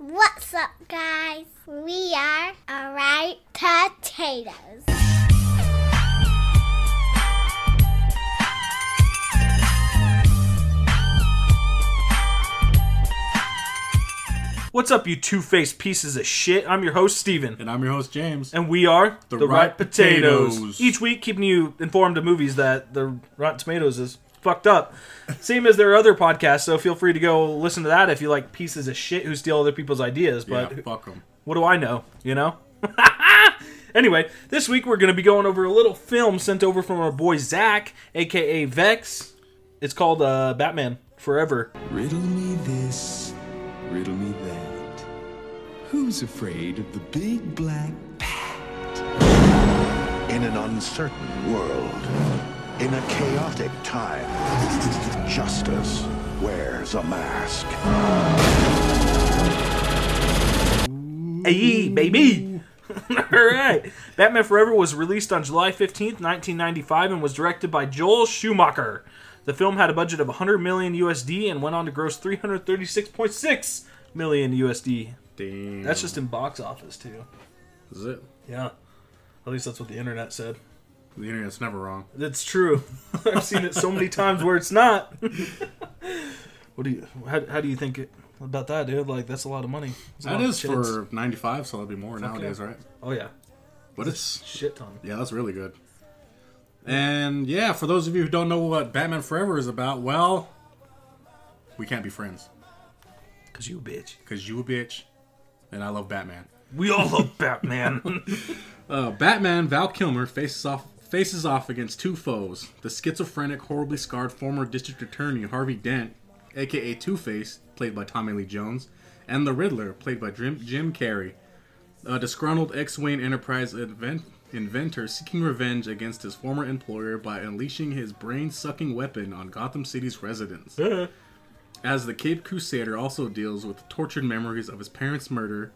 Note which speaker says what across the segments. Speaker 1: What's up, guys? We are alright potatoes.
Speaker 2: What's up, you two faced pieces of shit? I'm your host, Steven.
Speaker 3: And I'm your host, James.
Speaker 2: And we are
Speaker 3: The Right Potatoes.
Speaker 2: Each week, keeping you informed of movies that the Rotten Tomatoes is fucked up. Same as there are other podcasts, so feel free to go listen to that if you like pieces of shit who steal other people's ideas. But
Speaker 3: yeah, fuck 'em.
Speaker 2: what do I know, you know? anyway, this week we're going to be going over a little film sent over from our boy Zach, aka Vex. It's called uh, Batman Forever.
Speaker 4: Riddle me this, riddle me that. Who's afraid of the big black
Speaker 5: In an uncertain world, in a chaotic time, justice wears a mask.
Speaker 2: Hey, baby. All right. Batman Forever was released on July 15th, 1995 and was directed by Joel Schumacher. The film had a budget of 100 million USD and went on to gross 336.6 million USD.
Speaker 3: Damn.
Speaker 2: That's just in box office too.
Speaker 3: Is it?
Speaker 2: Yeah. At least that's what the internet said.
Speaker 3: The internet's never wrong.
Speaker 2: That's true. I've seen it so many times where it's not. what do you how, how do you think it, about that, dude? Like that's a lot of money. It's a
Speaker 3: That
Speaker 2: lot of
Speaker 3: is
Speaker 2: shits.
Speaker 3: for 95, so that'd be more nowadays, right?
Speaker 2: Oh yeah.
Speaker 3: But it's.
Speaker 2: Shit ton.
Speaker 3: Yeah, that's really good. And yeah, for those of you who don't know what Batman Forever is about, well, we can't be friends.
Speaker 2: Cuz you a bitch.
Speaker 3: Because you a bitch, and I love Batman.
Speaker 2: We all love Batman.
Speaker 3: Uh, Batman Val Kilmer faces off faces off against two foes: the schizophrenic, horribly scarred former district attorney Harvey Dent, aka Two Face, played by Tommy Lee Jones, and the Riddler, played by Jim, Jim Carrey, a disgruntled ex-Wayne Enterprise invent, inventor seeking revenge against his former employer by unleashing his brain-sucking weapon on Gotham City's residents as the Cape Crusader also deals with tortured memories of his parents' murder,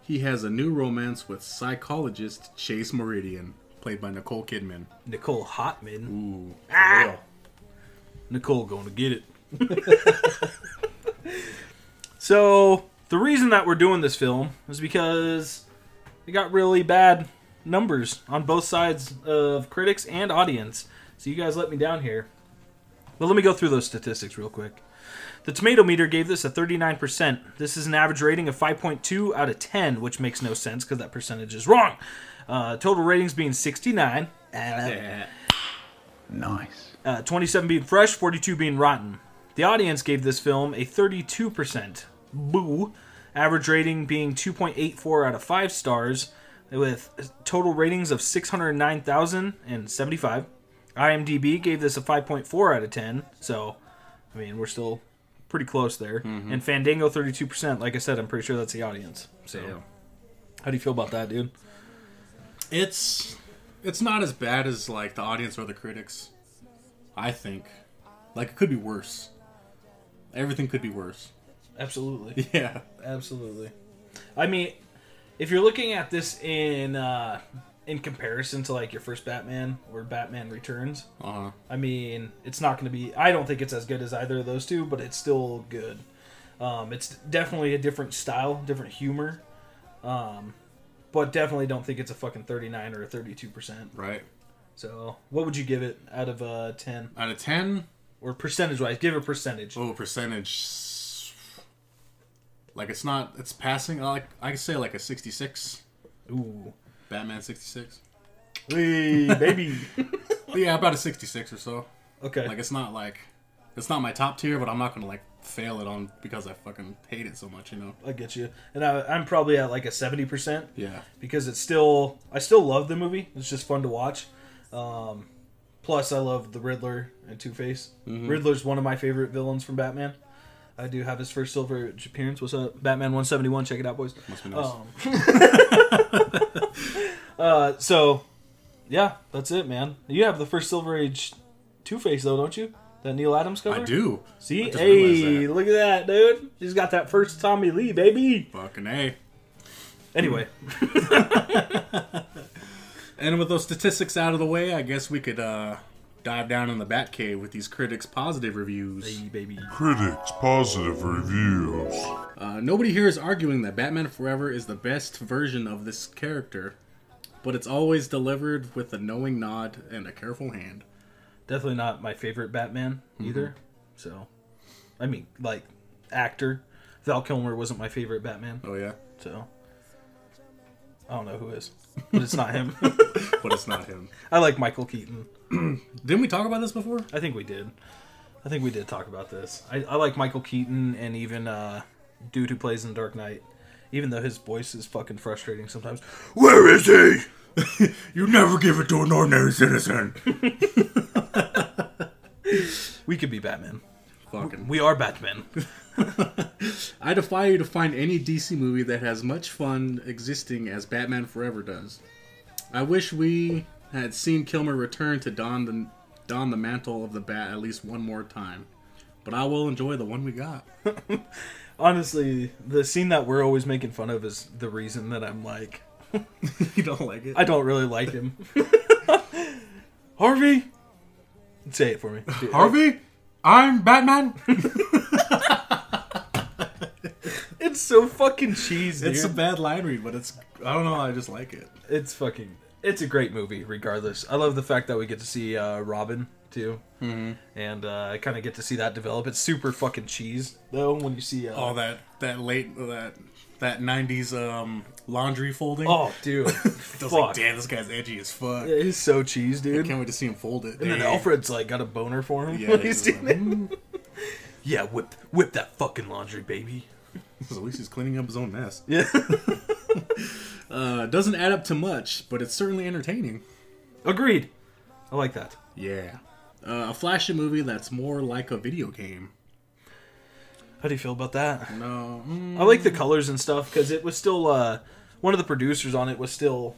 Speaker 3: he has a new romance with psychologist Chase Meridian, played by Nicole Kidman.
Speaker 2: Nicole Hotman.
Speaker 3: Ooh,
Speaker 2: Nicole going to get it. so, the reason that we're doing this film is because it got really bad numbers on both sides of critics and audience. So, you guys let me down here. But let me go through those statistics real quick. The tomato meter gave this a 39%. This is an average rating of 5.2 out of 10, which makes no sense because that percentage is wrong. Uh, total ratings being 69. Uh,
Speaker 4: Nice.
Speaker 2: uh, 27 being fresh, 42 being rotten. The audience gave this film a 32%. Boo. Average rating being 2.84 out of 5 stars, with total ratings of 609,075. IMDb gave this a 5.4 out of 10, so, I mean, we're still pretty close there. And Fandango 32%. Like I said, I'm pretty sure that's the audience. So,
Speaker 3: Damn.
Speaker 2: how do you feel about that, dude?
Speaker 3: It's it's not as bad as like the audience or the critics. I think, like it could be worse. Everything could be worse.
Speaker 2: Absolutely.
Speaker 3: Yeah,
Speaker 2: Absolutely. I mean, if you're looking at this in uh, in comparison to like your first Batman or Batman Returns,
Speaker 3: uh huh.
Speaker 2: I mean, it's not going to be. I don't think it's as good as either of those two, but it's still good. Um, it's definitely a different style, different humor, um, but definitely don't think it's a fucking 39 or a 32 percent.
Speaker 3: Right.
Speaker 2: So, what would you give it out of uh, 10
Speaker 3: Out of ten,
Speaker 2: or percentage wise? Give a percentage.
Speaker 3: oh percentage. Like it's not. It's passing. Like I could say like a sixty-six.
Speaker 2: Ooh,
Speaker 3: Batman sixty-six.
Speaker 2: hey, baby.
Speaker 3: Yeah, about a 66 or so.
Speaker 2: okay.
Speaker 3: Like it's not like it's not my top tier, but I'm not gonna like fail it on because I fucking hate it so much, you know.
Speaker 2: I get you, and I, I'm probably at like a seventy percent
Speaker 3: Yeah.
Speaker 2: because it's still I still love the movie. It's just fun to watch. Um, plus, I love the Riddler and Two Face.
Speaker 3: Mm-hmm.
Speaker 2: Riddler's one of my favorite villains from Batman. I do have his first silver appearance. What's up, Batman one seventy one? Check it out, boys.
Speaker 3: Must be nice.
Speaker 2: Um, Uh, so, yeah, that's it, man. You have the first Silver Age Two Face though, don't you? That Neil Adams cover.
Speaker 3: I do. I
Speaker 2: See,
Speaker 3: just
Speaker 2: hey,
Speaker 3: realized that.
Speaker 2: look at that, dude. He's got that first Tommy Lee, baby.
Speaker 3: Fucking A.
Speaker 2: Anyway,
Speaker 3: And with those statistics out of the way, I guess we could uh dive down in the Batcave with these critics' positive reviews.
Speaker 2: Hey, baby.
Speaker 6: Critics positive reviews.
Speaker 3: Uh, nobody here is arguing that Batman Forever is the best version of this character, but it's always delivered with a knowing nod and a careful hand.
Speaker 2: Definitely not my favorite Batman either. So, I mean, like actor, Val Kilmer wasn't my favorite Batman.
Speaker 3: Oh yeah,
Speaker 2: So, I don't know who is, but it's not him.
Speaker 3: but it's not him.
Speaker 2: I like Michael Keaton.
Speaker 3: Didn't we talk about this before?
Speaker 2: I think we did. I think we did talk about this. I, I like Michael Keaton and even uh, dude who plays in Dark Knight, even though his voice is fucking frustrating sometimes.
Speaker 3: Where is he? you never give it to an ordinary citizen.
Speaker 2: We could be Batman.
Speaker 3: Fucking.
Speaker 2: We are Batman.
Speaker 3: I defy you to find any DC movie that has much fun existing as Batman Forever does. I wish we had seen Kilmer return to don the don the mantle of the bat at least one more time. But I will enjoy the one we got.
Speaker 2: Honestly, the scene that we're always making fun of is the reason that I'm like,
Speaker 3: you don't like it?
Speaker 2: I don't really like him. Harvey, say it for me. Do it.
Speaker 3: Harvey, I'm Batman.
Speaker 2: It's so fucking cheesy.
Speaker 3: it's a bad line read, but it's I don't know. I just like it.
Speaker 2: it's fucking it's a great movie regardless i love the fact that we get to see uh, robin too mm-hmm. and uh, i kind of get to see that develop it's super fucking cheese though when you see uh,
Speaker 3: Oh, that that late that that '90s um, laundry folding.
Speaker 2: oh dude
Speaker 3: I was like,
Speaker 2: fuck
Speaker 3: damn, this guy's edgy as fuck.
Speaker 2: Yeah, he's so cheese dude
Speaker 3: Can't wait to see him fold it.
Speaker 2: and then alfred's like got a boner for him
Speaker 3: Yeah,
Speaker 2: when
Speaker 3: he's
Speaker 2: he's
Speaker 3: just
Speaker 2: doing
Speaker 3: like, "Hmm."
Speaker 2: it. yeah whip whip that fucking laundry baby
Speaker 3: at least he's cleaning up his own mess.
Speaker 2: yeah
Speaker 3: Uh, doesn't add up to much, but it's certainly entertaining.
Speaker 2: agreed i like that
Speaker 3: Yeah. Uh, a flashy movie that's more like a video game.
Speaker 2: how do you feel about that
Speaker 3: No, mm,
Speaker 2: I like the colors and stuff because it was still uh, one of the producers on it was still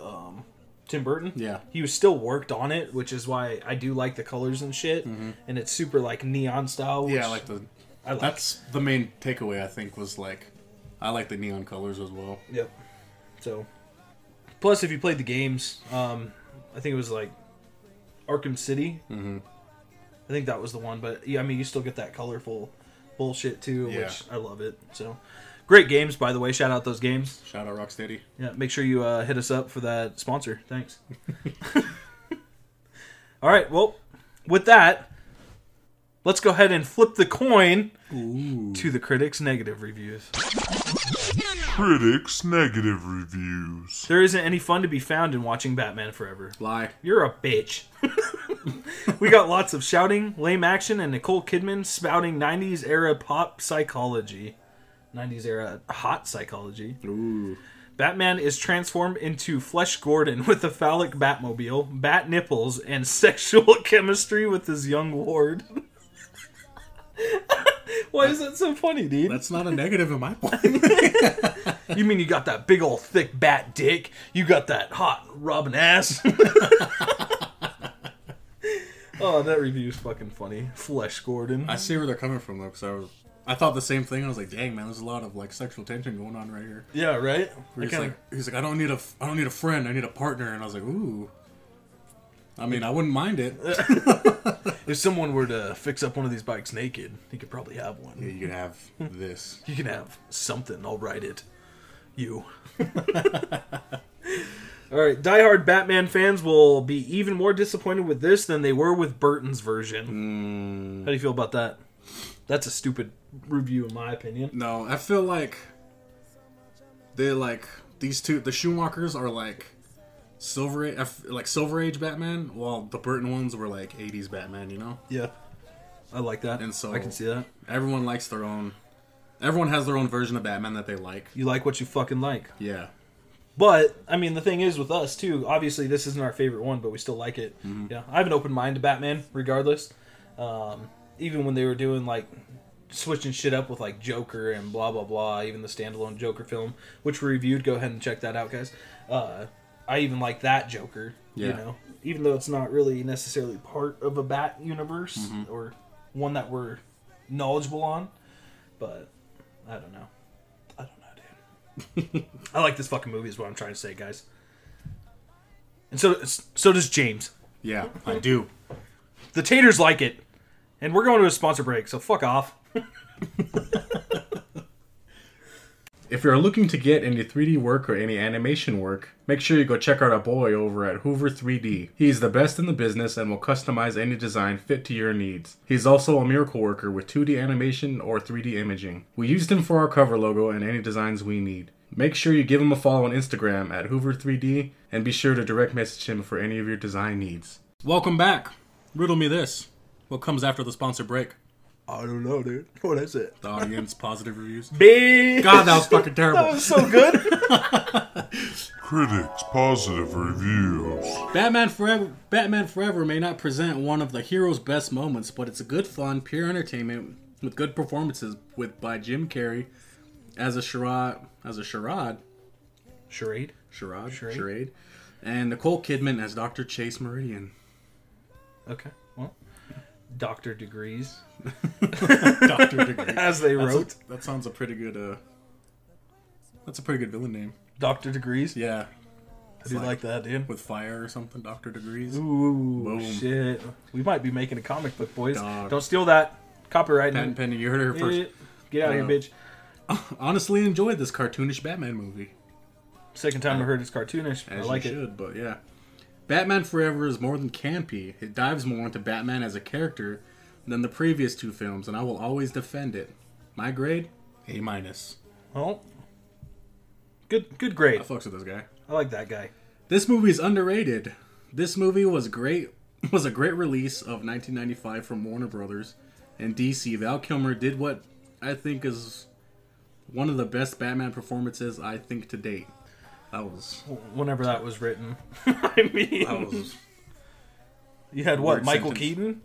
Speaker 2: um, Tim Burton.
Speaker 3: Yeah.
Speaker 2: he was still worked on it, which is why I do like the colors and shit. And it's super like neon style. Which
Speaker 3: Mm-hmm. yeah, I like the.
Speaker 2: I like.
Speaker 3: That's the main takeaway I think was like, I like the neon colors as well.
Speaker 2: Yep. So, plus if you played the games, um, I think it was like Arkham City. Mm-hmm. I think that was the one, but yeah, I mean you still get that colorful bullshit too,
Speaker 3: Yeah.
Speaker 2: which I love it. So, great games by the way. Shout out those games.
Speaker 3: Shout out Rocksteady.
Speaker 2: Yeah, make sure you uh, hit us up for that sponsor. Thanks. All right, well, with that, let's go ahead and flip the coin to the critics' negative reviews.
Speaker 6: Critics negative reviews.
Speaker 2: There isn't any fun to be found in watching Batman Forever.
Speaker 3: Lie.
Speaker 2: You're a bitch. we got lots of shouting, lame action, and Nicole Kidman spouting 90s era pop psychology. 90s era hot psychology.
Speaker 3: Ooh.
Speaker 2: Batman is transformed into Flesh Gordon with a phallic Batmobile, bat nipples, and sexual chemistry with his young ward. Why is that so funny, dude?
Speaker 3: That's not a negative in my point.
Speaker 2: You mean you got that big old thick bat dick? You got that hot robin ass? oh, that review's fucking funny. Flesh Gordon.
Speaker 3: I see where they're coming from though, because I was, I thought the same thing. I was like, dang man, there's a lot of like sexual tension going on right here.
Speaker 2: yeah, right?
Speaker 3: He's like, he's like, I don't need a, f- I don't need a friend, I need a partner, and I was like, ooh. I mean, I wouldn't mind it.
Speaker 2: if someone were to fix up one of these bikes naked, he could probably have one.
Speaker 3: you can have this.
Speaker 2: You can have something. I'll write it. You. All right, diehard Batman fans will be even more disappointed with this than they were with Burton's version. How do you feel about that? That's a stupid review, in my opinion.
Speaker 3: No, I feel like they're like these two. The Schumachers are like silver, A- I f- like silver age Batman, while the Burton ones were like '80s Batman. You know,
Speaker 2: Yeah, I like that.
Speaker 3: And so-
Speaker 2: I can see that.
Speaker 3: everyone likes their own. Everyone has their own version of Batman that they like.
Speaker 2: You like what you fucking like.
Speaker 3: Yeah,
Speaker 2: But I mean, the thing is with us too. Obviously, this isn't our favorite one, but we still like it. Yeah, I have an open mind to Batman, regardless. Um, even when they were doing like switching shit up with like Joker and blah blah blah, even the standalone Joker film, which we reviewed. Go ahead and check that out, guys. Uh, I even like that Joker. You
Speaker 3: Yeah.
Speaker 2: know, even though it's not really necessarily part of a Bat universe or one that we're knowledgeable on, but I don't know. I don't know, dude. I like this fucking movie is what I'm trying to say, guys. And so so does James.
Speaker 3: Yeah, I do.
Speaker 2: The taters like it. And we're going to a sponsor break, so fuck off.
Speaker 3: If you're looking to get any 3D work or any animation work, make sure you go check out our boy over at Hoover 3D. He's the best in the business and will customize any design fit to your needs. He's also a miracle worker with 2D animation or 3D imaging. We used him for our cover logo and any designs we need. Make sure you give him a follow on Instagram at Hoover 3D and be sure to direct message him for any of your design needs. Welcome back. Riddle me this. What comes after the sponsor break?
Speaker 2: I don't know, dude. What is it?
Speaker 3: The audience positive reviews.
Speaker 2: Bitch.
Speaker 3: God, that was fucking terrible.
Speaker 2: That was so good.
Speaker 6: Critics positive reviews.
Speaker 3: Batman Forever Batman Forever may not present one of the hero's best moments, but it's a good fun, pure entertainment with good performances with by Jim Carrey as a charade as a charade
Speaker 2: Charade.
Speaker 3: charade
Speaker 2: Charade?
Speaker 3: charade and Nicole Kidman as Dr. Chase Meridian.
Speaker 2: Okay. Well, Doctor Degrees,
Speaker 3: Dr. Degree.
Speaker 2: as they
Speaker 3: That's a-
Speaker 2: wrote.
Speaker 3: that sounds a pretty good uh That's a pretty good villain name.
Speaker 2: Doctor Degrees.
Speaker 3: Yeah,
Speaker 2: I do like that, dude.
Speaker 3: with fire or something, Dr. Degrees.
Speaker 2: Ooh,
Speaker 3: Boom.
Speaker 2: shit. We might be making a comic book, boys.
Speaker 3: Dog.
Speaker 2: Don't steal that. Copyright.
Speaker 3: Patent
Speaker 2: it.
Speaker 3: pending, you heard her first.
Speaker 2: Eh, Get out of
Speaker 3: Uh,
Speaker 2: here, bitch.
Speaker 3: Honestly enjoyed this cartoonish Batman movie.
Speaker 2: Second time I heard it's cartoonish. I
Speaker 3: uh, As
Speaker 2: like
Speaker 3: you
Speaker 2: it.
Speaker 3: should, but yeah. Batman Forever is more than campy. It dives more into Batman as a character than the previous two films, and I will always defend it. My grade? A minus.
Speaker 2: Well, good, good grade.
Speaker 3: I fucks with this guy.
Speaker 2: I like that guy.
Speaker 3: This movie is underrated. This movie was great was a great release of 1995 from Warner Brothers and DC. Val Kilmer did what I think is one of the best Batman performances I think to date. That was
Speaker 2: Whenever that was written, I mean,
Speaker 3: that was
Speaker 2: you had what?
Speaker 3: Weird
Speaker 2: Michael
Speaker 3: sentence. Mm-hmm.
Speaker 2: Keaton.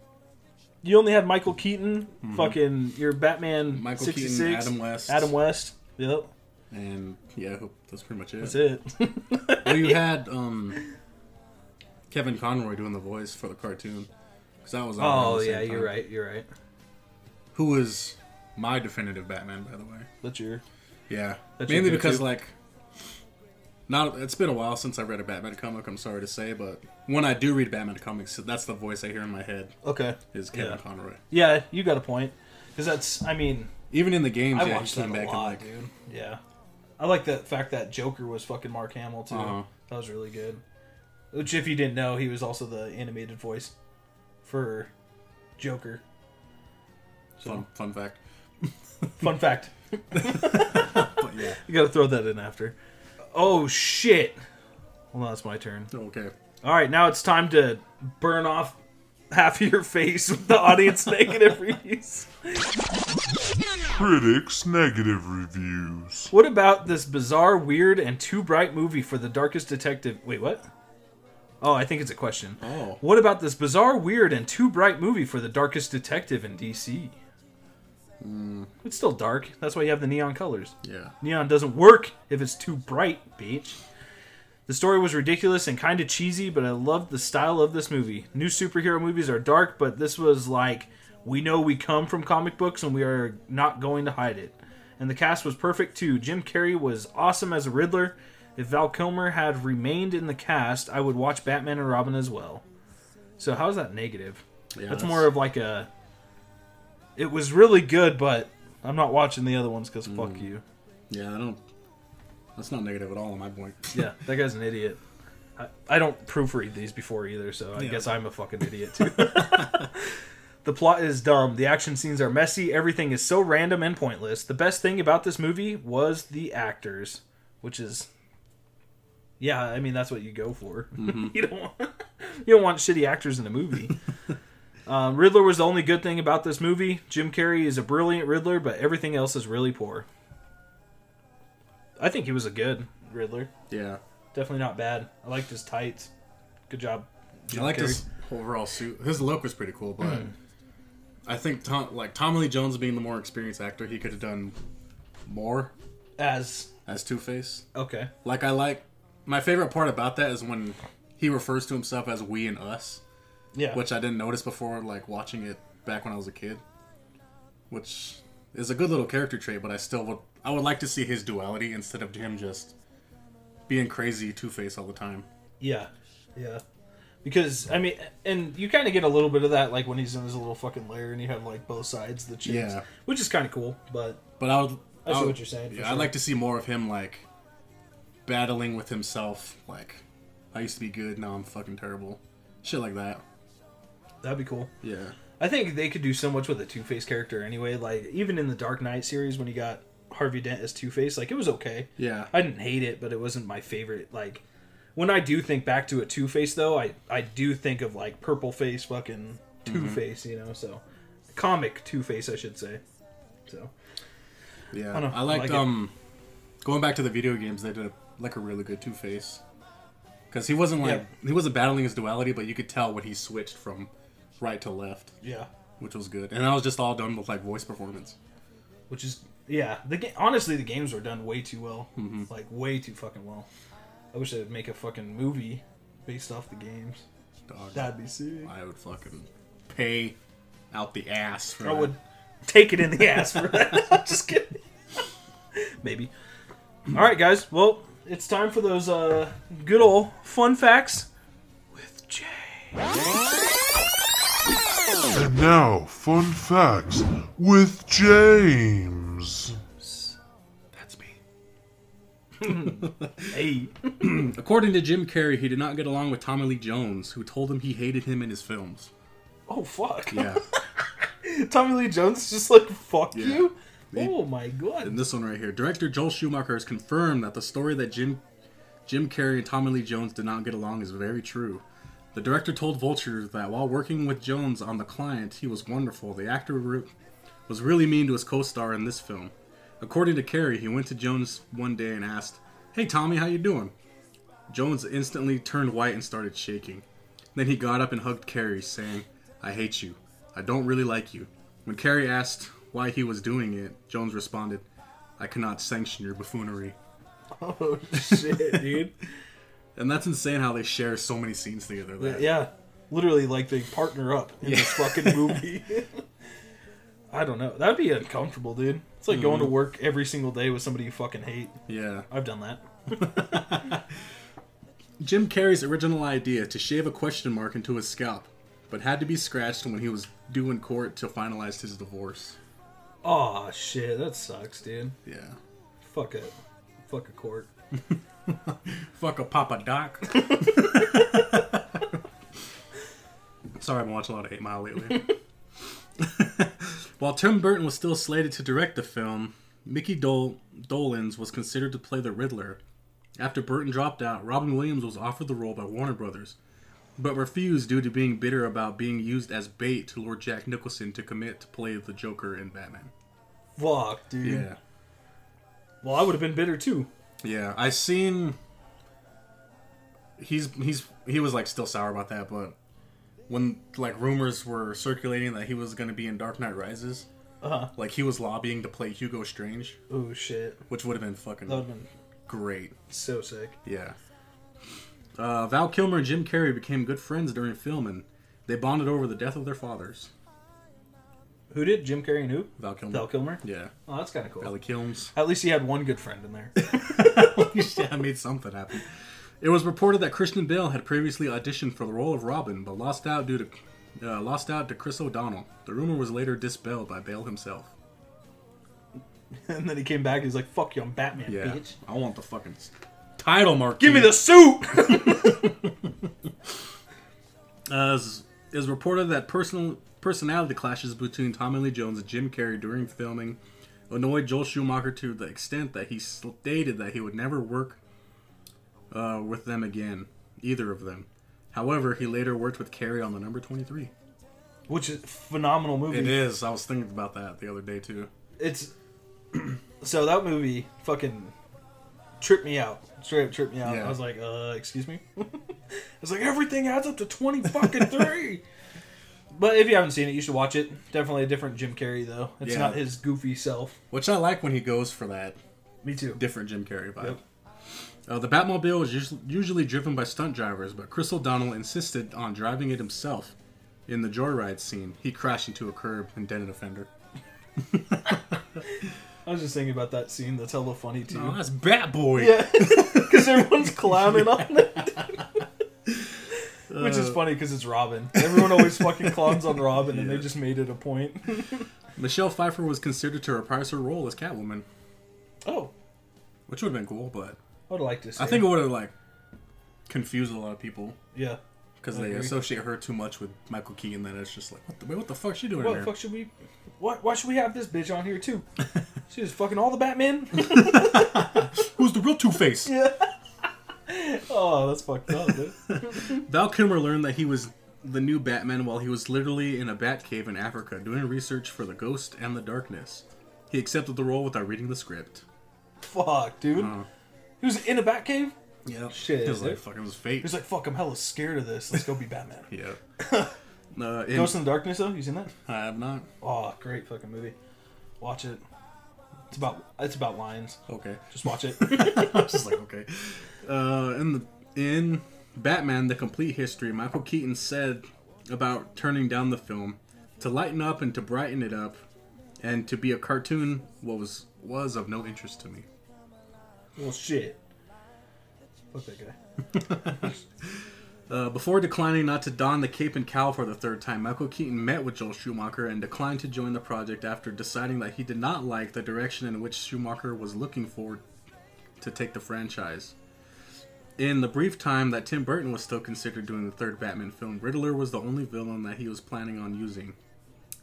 Speaker 2: You only had Michael Keaton. Fucking your Batman.
Speaker 3: Michael
Speaker 2: 66,
Speaker 3: Keaton, Adam West.
Speaker 2: Adam West. Yep,
Speaker 3: and yeah, that's pretty much
Speaker 2: that's it.
Speaker 3: Well, you had um, Kevin Conroy doing the voice for the cartoon. 'cause that was on around
Speaker 2: oh
Speaker 3: the same
Speaker 2: yeah, you're
Speaker 3: time.
Speaker 2: right. You're right.
Speaker 3: Who was my definitive Batman, by the way?
Speaker 2: That's your.
Speaker 3: Yeah,
Speaker 2: That's your
Speaker 3: mainly
Speaker 2: go-to?
Speaker 3: because like, not it's been a while since I read a Batman comic. I'm sorry to say, but when I do read Batman comics, that's the voice I hear in my head
Speaker 2: Okay.
Speaker 3: is Kevin
Speaker 2: Yeah.
Speaker 3: Conroy.
Speaker 2: Yeah, you got a point. Because that's, I mean,
Speaker 3: Even in the games,
Speaker 2: I
Speaker 3: yeah,
Speaker 2: watched
Speaker 3: he
Speaker 2: that
Speaker 3: came
Speaker 2: a
Speaker 3: back
Speaker 2: lot,
Speaker 3: and like,
Speaker 2: dude. Yeah, I like the fact that Joker was fucking Mark Hamill too.
Speaker 3: Uh-huh.
Speaker 2: That was really good. Which, if you didn't know, he was also the animated voice for Joker.
Speaker 3: fun, fun fact.
Speaker 2: Fun fact.
Speaker 3: But yeah,
Speaker 2: You gotta throw that in after. Oh shit! Well, that's my turn.
Speaker 3: okay.
Speaker 2: All right, now it's time to burn off half of your face with the audience negative reviews.
Speaker 6: Critics negative reviews.
Speaker 2: What about this bizarre, weird, and too bright movie for the darkest detective? Wait, what? Oh, I think it's a question.
Speaker 3: Oh.
Speaker 2: What about this bizarre, weird, and too bright movie for the darkest detective in DC? It's still dark. That's why you have the neon colors.
Speaker 3: Hmm. Yeah,
Speaker 2: Neon doesn't work if it's too bright, bitch. The story was ridiculous and kind of cheesy, but I loved the style of this movie. New superhero movies are dark, but this was like, we know we come from comic books and we are not going to hide it. And the cast was perfect too. Jim Carrey was awesome as a Riddler. If Val Kilmer had remained in the cast, I would watch Batman and Robin as well. So, how's that negative?
Speaker 3: yeah
Speaker 2: that's more of like a. It was really good, but I'm not watching the other ones because fuck you.
Speaker 3: yeah. I don't. That's not negative at all on my point.
Speaker 2: Yeah, that guy's an idiot. I, I don't proofread these before either, so I guess I'm a fucking idiot too. the plot is dumb. The action scenes are messy. Everything is so random and pointless. The best thing about this movie was the actors, which is, yeah, I mean that's what you go for. you don't want, you don't want shitty actors in a movie. Um, Riddler was the only good thing about this movie. Jim Carrey is a brilliant Riddler, but everything else is really poor. I think he was a good Riddler.
Speaker 3: yeah.
Speaker 2: Definitely not bad. I liked his tights. Good job. Jim
Speaker 3: I liked
Speaker 2: Carrey.
Speaker 3: his overall suit. His look was pretty cool, but I think Tom, like Tommy Lee Jones being the more experienced actor, he could have done more
Speaker 2: as
Speaker 3: as Two Face.
Speaker 2: okay.
Speaker 3: Like I like my favorite part about that is when he refers to himself as we and us,
Speaker 2: Yeah.
Speaker 3: which I didn't notice before, like watching it back when I was a kid, which is a good little character trait. But I still would I would like to see his duality instead of him just being crazy Two Face all the time.
Speaker 2: yeah. Yeah. Because I mean, and you kind of get a little bit of that, like when he's in his little fucking lair, and you have like both sides, the chicks,
Speaker 3: Yeah.
Speaker 2: which is kind of cool. But
Speaker 3: But I would.
Speaker 2: I see
Speaker 3: would-
Speaker 2: what you're saying, for
Speaker 3: Yeah,
Speaker 2: sure.
Speaker 3: I'd like to see more of him like battling with himself. Like, I used to be good, now I'm fucking terrible. Shit like that.
Speaker 2: that'd be cool.
Speaker 3: Yeah.
Speaker 2: I think they could do so much with a Two Face character anyway. Like even in the Dark Knight series, when you got Harvey Dent as Two Face, like it was okay.
Speaker 3: Yeah.
Speaker 2: I didn't hate it, but it wasn't my favorite. Like when I do think back to a Two Face, though, I I do think of like Purple Face, fucking Two Face, you know. So comic Two Face, I should say. So
Speaker 3: yeah.
Speaker 2: I
Speaker 3: I,
Speaker 2: don't know, I
Speaker 3: liked
Speaker 2: like it.
Speaker 3: um going back to the video games. They did a, like a really good Two Face because he wasn't like he wasn't battling his duality, but you could tell when he switched from right to left,
Speaker 2: yeah,
Speaker 3: which was good. And that was just all done with like voice performance.
Speaker 2: which is yeah. The ga- honestly, the games were done way too well, like way too fucking well. I wish they'd make a fucking movie based off the games.
Speaker 3: Dog,
Speaker 2: That'd be sick.
Speaker 3: I would fucking pay out the ass for
Speaker 2: I
Speaker 3: that.
Speaker 2: would take it in the ass for that. I'm just kidding. Maybe. All right, guys. Well, it's time for those uh, good old fun facts with Jay.
Speaker 6: And now, fun facts with James.
Speaker 3: That's me.
Speaker 2: Hey.
Speaker 3: According to Jim Carrey, he did not get along with Tommy Lee Jones, who told him he hated him in his films.
Speaker 2: Oh fuck.
Speaker 3: Yeah.
Speaker 2: Tommy Lee Jones is just like fuck
Speaker 3: Yeah.
Speaker 2: you.
Speaker 3: They-
Speaker 2: oh my god.
Speaker 3: and this one right here, director Joel Schumacher has confirmed that the story that Jim Jim Carrey and Tommy Lee Jones did not get along is very true. The director told Vulture that while working with Jones on The Client, he was wonderful. The actor re- was really mean to his co-star in this film. According to Carrey, he went to Jones one day and asked, "Hey Tommy, how you doing?" Jones instantly turned white and started shaking. Then he got up and hugged Carrie, saying, I hate you. I don't really like you. When Carrie asked why he was doing it, Jones responded, I cannot sanction your buffoonery.
Speaker 2: Oh shit, dude.
Speaker 3: And that's insane how they share so many scenes together. That,
Speaker 2: yeah. Literally like they partner up in this fucking movie. I don't know. That'd be uncomfortable, dude. It's like going to
Speaker 3: Mm-hmm.
Speaker 2: work every single day with somebody you fucking hate.
Speaker 3: yeah.
Speaker 2: I've done that.
Speaker 3: Jim Carrey's original idea to shave a question mark into his scalp, but had to be scratched when he was due in court to finalize his divorce.
Speaker 2: Oh shit, that sucks, dude.
Speaker 3: Yeah.
Speaker 2: Fuck it. Fuck a court.
Speaker 3: Fuck a Papa Doc. Sorry, I've been watching a lot of 8 Mile lately. While Tim Burton was still slated to direct the film, Mickey Dol- Dolans was considered to play the Riddler. After Burton dropped out, Robin Williams was offered the role by Warner Brothers, but refused due to being bitter about being used as bait to lure Jack Nicholson to commit to play the Joker in Batman.
Speaker 2: Fuck, dude. Well, I would have been bitter too.
Speaker 3: Yeah, I seen. He's he's he was like still sour about that, but when like rumors were circulating that he was going to be in Dark Knight Rises, uh-huh. like he was lobbying to play Hugo Strange,
Speaker 2: Oh shit,
Speaker 3: which would have been
Speaker 2: that would
Speaker 3: fucking
Speaker 2: have been
Speaker 3: great.
Speaker 2: so sick.
Speaker 3: Yeah. Uh, Val Kilmer and Jim Carrey became good friends during filming. They bonded over the death of their fathers.
Speaker 2: Who did Jim Carrey and who?
Speaker 3: Val Kilmer.
Speaker 2: Val Kilmer.
Speaker 3: Yeah.
Speaker 2: Oh, that's kind of cool.
Speaker 3: Val Kilms.
Speaker 2: At least he had one good friend in there.
Speaker 3: yeah, I made something happen. It was reported that Christian Bale had previously auditioned for the role of Robin, but lost out due to uh, lost out to Chris O'Donnell. The rumor was later dispelled by Bale himself.
Speaker 2: and then he came back. He's like, "Fuck you, I'm Batman,
Speaker 3: Yeah,
Speaker 2: bitch.
Speaker 3: I want the fucking s- title mark.
Speaker 2: Give me the suit."
Speaker 3: Uh, it's- it was reported that personal personality clashes between Tommy Lee Jones and Jim Carrey during filming annoyed Joel Schumacher to the extent that he stated that he would never work uh, with them again, either of them. However, he later worked with Carrey on the number twenty-three.
Speaker 2: Which is a phenomenal movie.
Speaker 3: It is. I was thinking about that the other day too.
Speaker 2: It's so that movie fucking tripped me out. Straight up tripped me out.
Speaker 3: Yeah.
Speaker 2: I was like, "Uh, excuse me." I was like, "Everything adds up to twenty fucking three. But if you haven't seen it, you should watch it. Definitely a different Jim Carrey though. It's
Speaker 3: Yeah.
Speaker 2: not his goofy self.
Speaker 3: Which I like when he goes for that
Speaker 2: Me too.
Speaker 3: different Jim Carrey vibe.
Speaker 2: Yep.
Speaker 3: Uh, the Batmobile was usu- usually driven by stunt drivers, but Chris O'Donnell insisted on driving it himself. In the joyride scene, he crashed into a curb and dented a fender.
Speaker 2: I was just thinking about that scene. That's hella funny too.
Speaker 3: Oh, that's Bat Boy.
Speaker 2: Yeah, because everyone's clowning on it. Which
Speaker 3: Uh.
Speaker 2: is funny because it's Robin. Everyone always fucking clowns on Robin, and they just made it a point.
Speaker 3: Michelle Pfeiffer was considered to reprise her role as Catwoman,
Speaker 2: oh,
Speaker 3: which would have been cool, but
Speaker 2: I would like to. See
Speaker 3: I think it would have like confused a lot of people
Speaker 2: yeah.
Speaker 3: because
Speaker 2: I
Speaker 3: they
Speaker 2: agree.
Speaker 3: associate her too much with Michael Keaton. That it's just like, what the, wait, what the fuck she doing
Speaker 2: What
Speaker 3: here?
Speaker 2: the fuck should we? Why, why should we have this bitch on here too? She was fucking all the Batman.
Speaker 3: Who's the real Two Face?
Speaker 2: oh, that's fucked up, dude.
Speaker 3: Val Kilmer learned that he was the new Batman while he was literally in a bat cave in Africa doing research for the Ghost and the Darkness. He accepted the role without reading the script.
Speaker 2: Fuck, dude. He was in a Batcave.
Speaker 3: Yeah,
Speaker 2: Shit,
Speaker 3: It was like
Speaker 2: dude.
Speaker 3: fucking it was fate.
Speaker 2: He was like, "Fuck, I'm hella scared of this. Let's go be Batman."
Speaker 3: yeah. Uh, in-
Speaker 2: Ghost in the Darkness, though. You seen that?
Speaker 3: I have not.
Speaker 2: Oh, great fucking movie. Watch it. It's about it's about lions.
Speaker 3: Okay.
Speaker 2: Just watch it.
Speaker 3: I was just like, okay. Uh, in the in Batman: The Complete History, Michael Keaton said about turning down the film to lighten up and to brighten it up, and to be a cartoon. What was was of no interest to me.
Speaker 2: well, shit. Fuck that guy.
Speaker 3: Uh, before declining not to don the cape and cowl for the third time, Michael Keaton met with Joel Schumacher and declined to join the project after deciding that he did not like the direction in which Schumacher was looking for to take the franchise. In the brief time that Tim Burton was still considered doing the third Batman film, Riddler was the only villain that he was planning on using.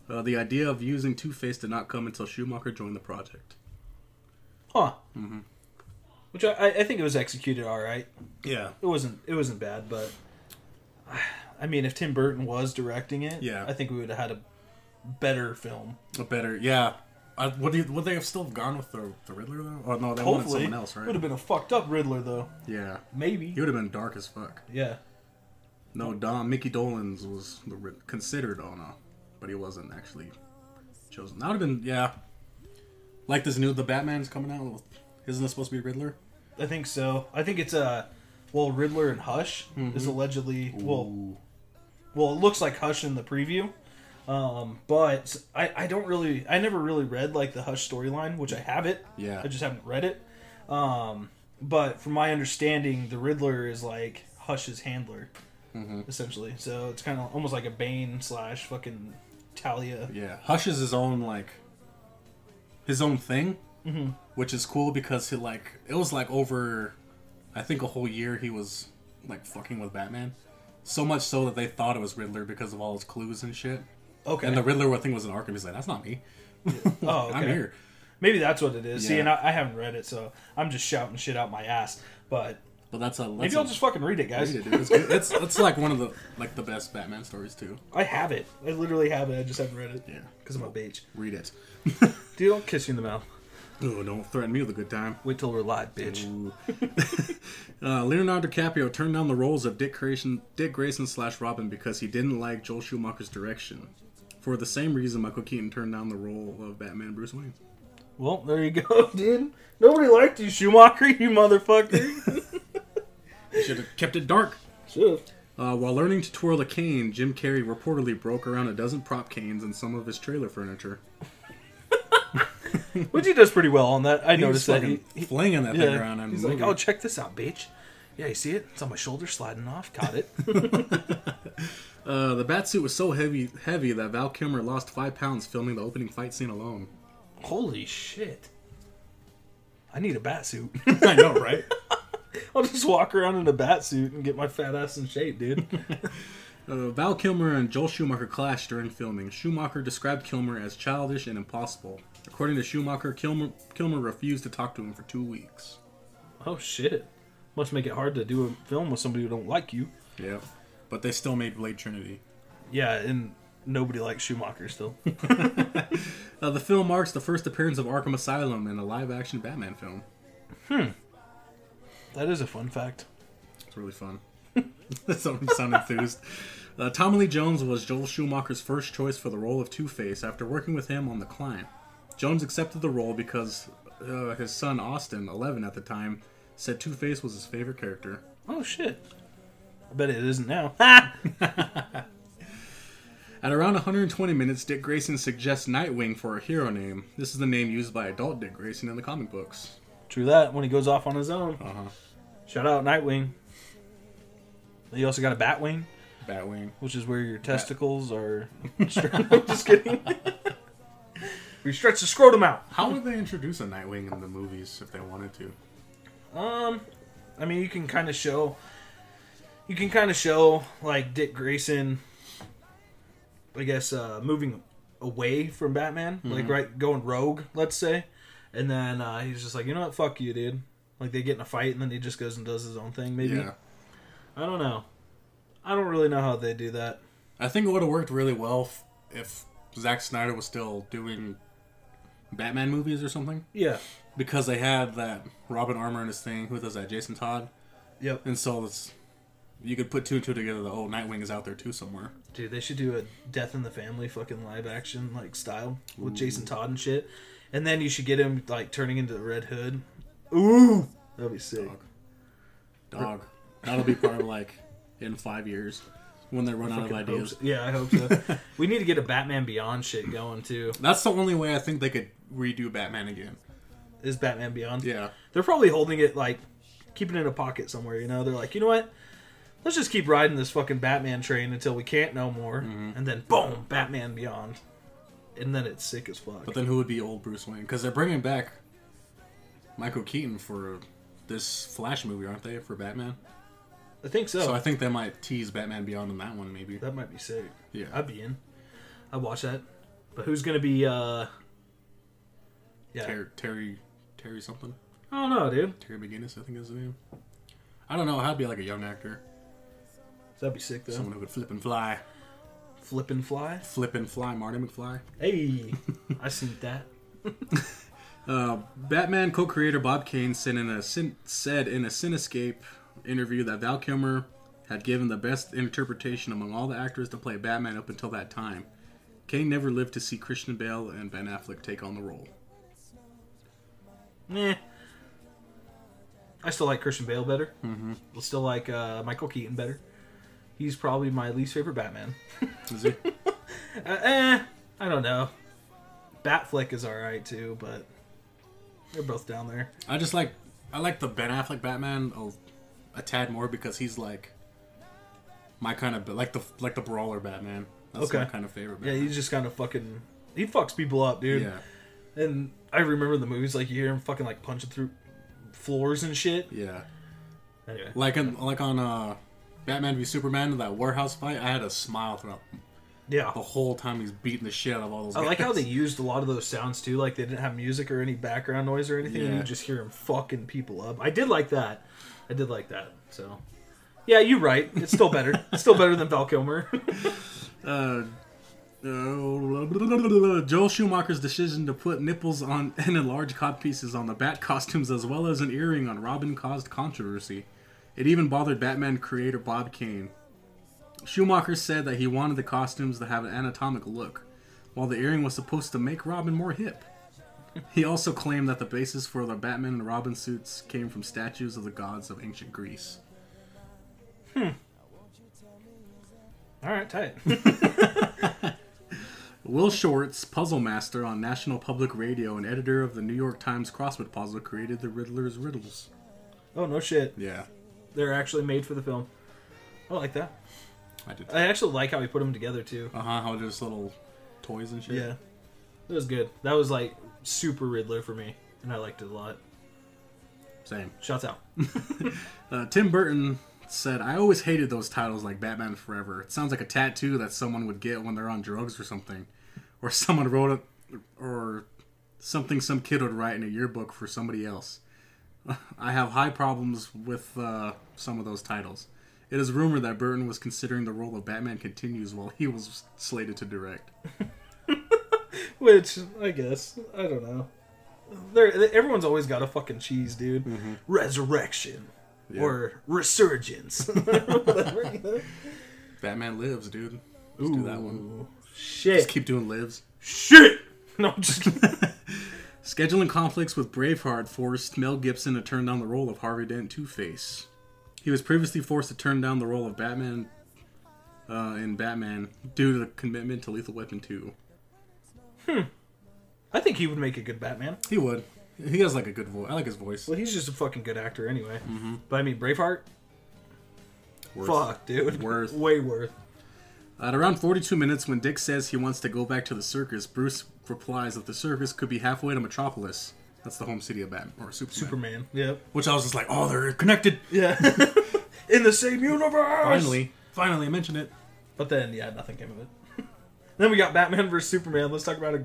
Speaker 3: Uh, the idea of using Two Face did not come until Schumacher joined the project.
Speaker 2: Huh. Mm-hmm. Which I, I I think it was executed all right.
Speaker 3: Yeah.
Speaker 2: It wasn't it wasn't bad, but I mean, if Tim Burton was directing it,
Speaker 3: Yeah.
Speaker 2: I think we would have had a better film.
Speaker 3: A better, yeah. Uh, would, he, would they have still gone with the, the Riddler, though? Oh, no, they wanted
Speaker 2: Hopefully,
Speaker 3: someone else, right?
Speaker 2: would have been a fucked up Riddler though.
Speaker 3: Yeah.
Speaker 2: Maybe.
Speaker 3: He would have been dark as fuck.
Speaker 2: Yeah.
Speaker 3: No, Don Mickey Dolenz was the, ri- considered Ona, but he wasn't actually chosen. That would have been yeah. Like this new the Batman's coming out. with- Isn't this supposed to be Riddler?
Speaker 2: I think so. I think it's uh, well, Riddler and Hush is
Speaker 3: Mm-hmm.
Speaker 2: allegedly well, well, it looks like Hush in the preview, um, but I I don't really I never really read like the Hush storyline, which I have it.
Speaker 3: Yeah.
Speaker 2: I just haven't read it. Um, but from my understanding, the Riddler is like Hush's handler,
Speaker 3: Mm-hmm.
Speaker 2: essentially. So it's kind of almost like a Bane slash fucking Talia.
Speaker 3: Yeah, Hush is his own like his own thing, mm-hmm. which is cool because he like it was like over, I think a whole year he was like fucking with Batman, so much so that they thought it was Riddler because of all his clues and shit.
Speaker 2: Okay.
Speaker 3: And the Riddler thing was an Arkham. He's like, that's not me.
Speaker 2: oh,
Speaker 3: I'm
Speaker 2: okay.
Speaker 3: here.
Speaker 2: Maybe that's what it is. See,
Speaker 3: Yeah.
Speaker 2: and I, I haven't read it, so I'm just shouting shit out my ass. But
Speaker 3: But that's a that's
Speaker 2: Maybe
Speaker 3: a,
Speaker 2: I'll just fucking read it, guys.
Speaker 3: Read it, dude. It's, good. it's it's like one of the like the best Batman stories too.
Speaker 2: I have it. I literally have it. I just haven't read it.
Speaker 3: Yeah.
Speaker 2: Because I'm a bitch.
Speaker 3: Read it.
Speaker 2: Dude, I'll kiss you in the mouth.
Speaker 3: Oh, don't threaten me with a good time.
Speaker 2: Wait till we're live, bitch.
Speaker 3: Uh, Leonardo DiCaprio turned down the roles of Dick Grayson, Dick Grayson slash Robin because he didn't like Joel Schumacher's direction. For the same reason, Michael Keaton turned down the role of Batman Bruce Wayne.
Speaker 2: Well, there you go, dude. Nobody liked you, Schumacher, you motherfucker.
Speaker 3: He should have kept it dark.
Speaker 2: Should've.
Speaker 3: Uh, while learning to twirl a cane, Jim Carrey reportedly broke around a dozen prop canes and some of his trailer furniture.
Speaker 2: Which he does pretty well on that. I noticed
Speaker 3: He was
Speaker 2: that. He,
Speaker 3: fucking flinging that thing around.
Speaker 2: yeah.
Speaker 3: and
Speaker 2: He's like,
Speaker 3: moving.
Speaker 2: oh, check this out, bitch. Yeah, you see it? It's on my shoulder sliding off. Got it.
Speaker 3: Uh, the Batsuit was so heavy heavy that Val Kilmer lost five pounds filming the opening fight scene alone.
Speaker 2: Holy shit. I need a bat suit.
Speaker 3: I know, right?
Speaker 2: I'll just walk around in a bat suit and get my fat ass in shape, dude.
Speaker 3: uh, Val Kilmer and Joel Schumacher clashed during filming. Schumacher described Kilmer as childish and impossible. According to Schumacher, Kilmer, Kilmer refused to talk to him for two weeks.
Speaker 2: oh, shit. Must make it hard to do a film with somebody who don't like you.
Speaker 3: Yep. But they still made Blade Trinity.
Speaker 2: Yeah, and nobody likes Schumacher still.
Speaker 3: Uh, the film marks the first appearance of Arkham Asylum in a live action Batman film.
Speaker 2: that is a fun fact.
Speaker 3: It's really fun. Some sound enthused. Uh, Tommy Lee Jones was Joel Schumacher's first choice for the role of Two Face after working with him on The Climb. Jones accepted the role because uh, his son Austin, 11 at the time, said Two Face was his favorite character.
Speaker 2: Oh shit! I bet it isn't now. Ha!
Speaker 3: At around 120 minutes, Dick Grayson suggests Nightwing for a hero name. This is the name used by adult Dick Grayson in the comic books.
Speaker 2: True that. When he goes off on his own. Shout out Nightwing. You also got a Batwing.
Speaker 3: Batwing.
Speaker 2: which is where your testicles are. Just kidding. we stretch the scrotum out.
Speaker 3: How would they introduce a Nightwing in the movies if they wanted to?
Speaker 2: Um, I mean, you can kind of show, you can kind of show like Dick Grayson, I guess, uh, moving away from Batman, like right going rogue, let's say, and then uh, he's just like, you know what, fuck you, dude. Like they get in a fight, and then he just goes and does his own thing. Maybe
Speaker 3: Yeah.
Speaker 2: I don't know. I don't really know how they do that.
Speaker 3: I think it would have worked really well f- if Zack Snyder was still doing Batman movies or something.
Speaker 2: Yeah.
Speaker 3: Because they had that Robin Armour in his thing. Who does that? Jason Todd.
Speaker 2: Yep.
Speaker 3: And so it's, you could put two and two together that, oh, Nightwing is out there too somewhere.
Speaker 2: Dude, they should do a Death in the Family fucking live action like style with Jason Todd and shit. And then you should get him like turning into the Red Hood. Ooh, that'd be sick.
Speaker 3: Dog. That'll be probably like in five years when they run out of
Speaker 2: Fucking hope
Speaker 3: ideas.
Speaker 2: so. Yeah, I hope so. we need to get a Batman Beyond shit going too.
Speaker 3: That's the only way I think they could redo Batman again.
Speaker 2: Is Batman Beyond?
Speaker 3: Yeah.
Speaker 2: They're probably holding it like keeping it in a pocket somewhere. You know, they're like, you know what? Let's just keep riding this fucking Batman train until we can't no more,
Speaker 3: Mm-hmm.
Speaker 2: and then boom, Batman Beyond, and then it's sick as fuck.
Speaker 3: But then who would be old Bruce Wayne? Because they're bringing back Michael Keaton for this Flash movie, aren't they? For Batman.
Speaker 2: I think so.
Speaker 3: So I think they might tease Batman Beyond in that one, maybe.
Speaker 2: That might be sick.
Speaker 3: Yeah.
Speaker 2: I'd be in. I'd watch that. But who's gonna be uh Yeah.
Speaker 3: Ter- Terry, Terry something.
Speaker 2: I don't know, dude.
Speaker 3: Terry McGinnis, I think is the name. I don't know. I'd be like a young actor,
Speaker 2: That'd be sick though.
Speaker 3: someone who could flip and fly,
Speaker 2: Flip and fly.
Speaker 3: flip and fly, Marty McFly.
Speaker 2: Hey I seen that.
Speaker 3: Batman co-creator Bob Kane said in a sin- said in a Cinescape interview that Val Kilmer had given the best interpretation among all the actors to play Batman up until that time. Kane never lived to see Christian Bale and Ben Affleck take on the role.
Speaker 2: Meh. I still like Christian Bale better. Mm-hmm. I still like uh, Michael Keaton better. He's probably my least favorite Batman.
Speaker 3: Is he?
Speaker 2: Uh, eh, I don't know. Batflick is alright too, but they're both down there.
Speaker 3: I just like I like the Ben Affleck Batman a, a tad more because he's like my kind of like the like the brawler Batman. That's
Speaker 2: Okay.
Speaker 3: my kind of favorite.
Speaker 2: Yeah,
Speaker 3: Batman.
Speaker 2: he's just kind of fucking. He fucks people up, dude.
Speaker 3: yeah,
Speaker 2: And I remember the movies, like you hear him fucking like punching through floors and shit.
Speaker 3: yeah.
Speaker 2: Anyway,
Speaker 3: Like in, like on uh, Batman v Superman that warehouse fight, I had a smile throughout
Speaker 2: yeah.
Speaker 3: the whole time he's beating the shit out of all those.
Speaker 2: I
Speaker 3: guys.
Speaker 2: like how they used a lot of those sounds too. Like they didn't have music or any background noise or anything. And
Speaker 3: Yeah.
Speaker 2: you just hear him fucking people up. I did like that. I did like that. So, yeah, you're right. It's still better. it's still better than Val Kilmer.
Speaker 3: Uh, Joel Schumacher's decision to put nipples on and enlarged cod pieces on the bat costumes as well as an earring on Robin caused controversy. It even bothered Batman creator Bob Kane. Schumacher said that he wanted the costumes to have an anatomic look, while the earring was supposed to make Robin more hip. He also claimed that the basis for the Batman and Robin suits came from statues of the gods of ancient Greece.
Speaker 2: All right, tight.
Speaker 3: Will Short's puzzle master on National Public Radio and editor of the New York Times crossword puzzle created the Riddler's riddles.
Speaker 2: oh no shit.
Speaker 3: Yeah,
Speaker 2: They're actually made for the film. I like that.
Speaker 3: I did.
Speaker 2: I actually like how he put them together too.
Speaker 3: Uh huh. How just little toys and shit.
Speaker 2: Yeah, it was good. That was like super Riddler for me, and I liked it a lot.
Speaker 3: same.
Speaker 2: Shouts out.
Speaker 3: Uh, Tim Burton said, "I always hated those titles like Batman Forever. It sounds like a tattoo that someone would get when they're on drugs or something, or someone wrote it, or something some kid would write in a yearbook for somebody else." I have high problems with uh, some of those titles. It is rumored that Burton was considering the role of Batman Continues while he was slated to direct.
Speaker 2: Which I guess I don't know. There, everyone's always got a fucking cheese, dude.
Speaker 3: Mm-hmm.
Speaker 2: Resurrection or resurgence. Whatever.
Speaker 3: Batman Lives, dude. Let's do that one.
Speaker 2: Shit.
Speaker 3: Just keep doing Lives.
Speaker 2: Shit. No, I'm just kidding.
Speaker 3: Scheduling conflicts with Braveheart forced Mel Gibson to turn down the role of Harvey Dent Two Face. He was previously forced to turn down the role of Batman uh, in Batman due to the commitment to Lethal Weapon 2.
Speaker 2: I think he would make a good Batman.
Speaker 3: He would. He has like a good voice. I like his voice.
Speaker 2: Well, he's just a fucking good actor anyway. But I mean, Braveheart.
Speaker 3: Mm-hmm. Worth.
Speaker 2: Fuck, dude.
Speaker 3: Worth.
Speaker 2: Way worth.
Speaker 3: At around 42 minutes, when Dick says he wants to go back to the circus, Bruce replies that the circus could be halfway to Metropolis. That's the home city of Batman or Superman.
Speaker 2: Superman. Yep.
Speaker 3: Which I was just like, oh, they're connected.
Speaker 2: Yeah. In the same universe.
Speaker 3: Finally, finally, I mentioned it.
Speaker 2: But then, yeah, nothing came of it. then we got Batman vs Superman. Let's talk about a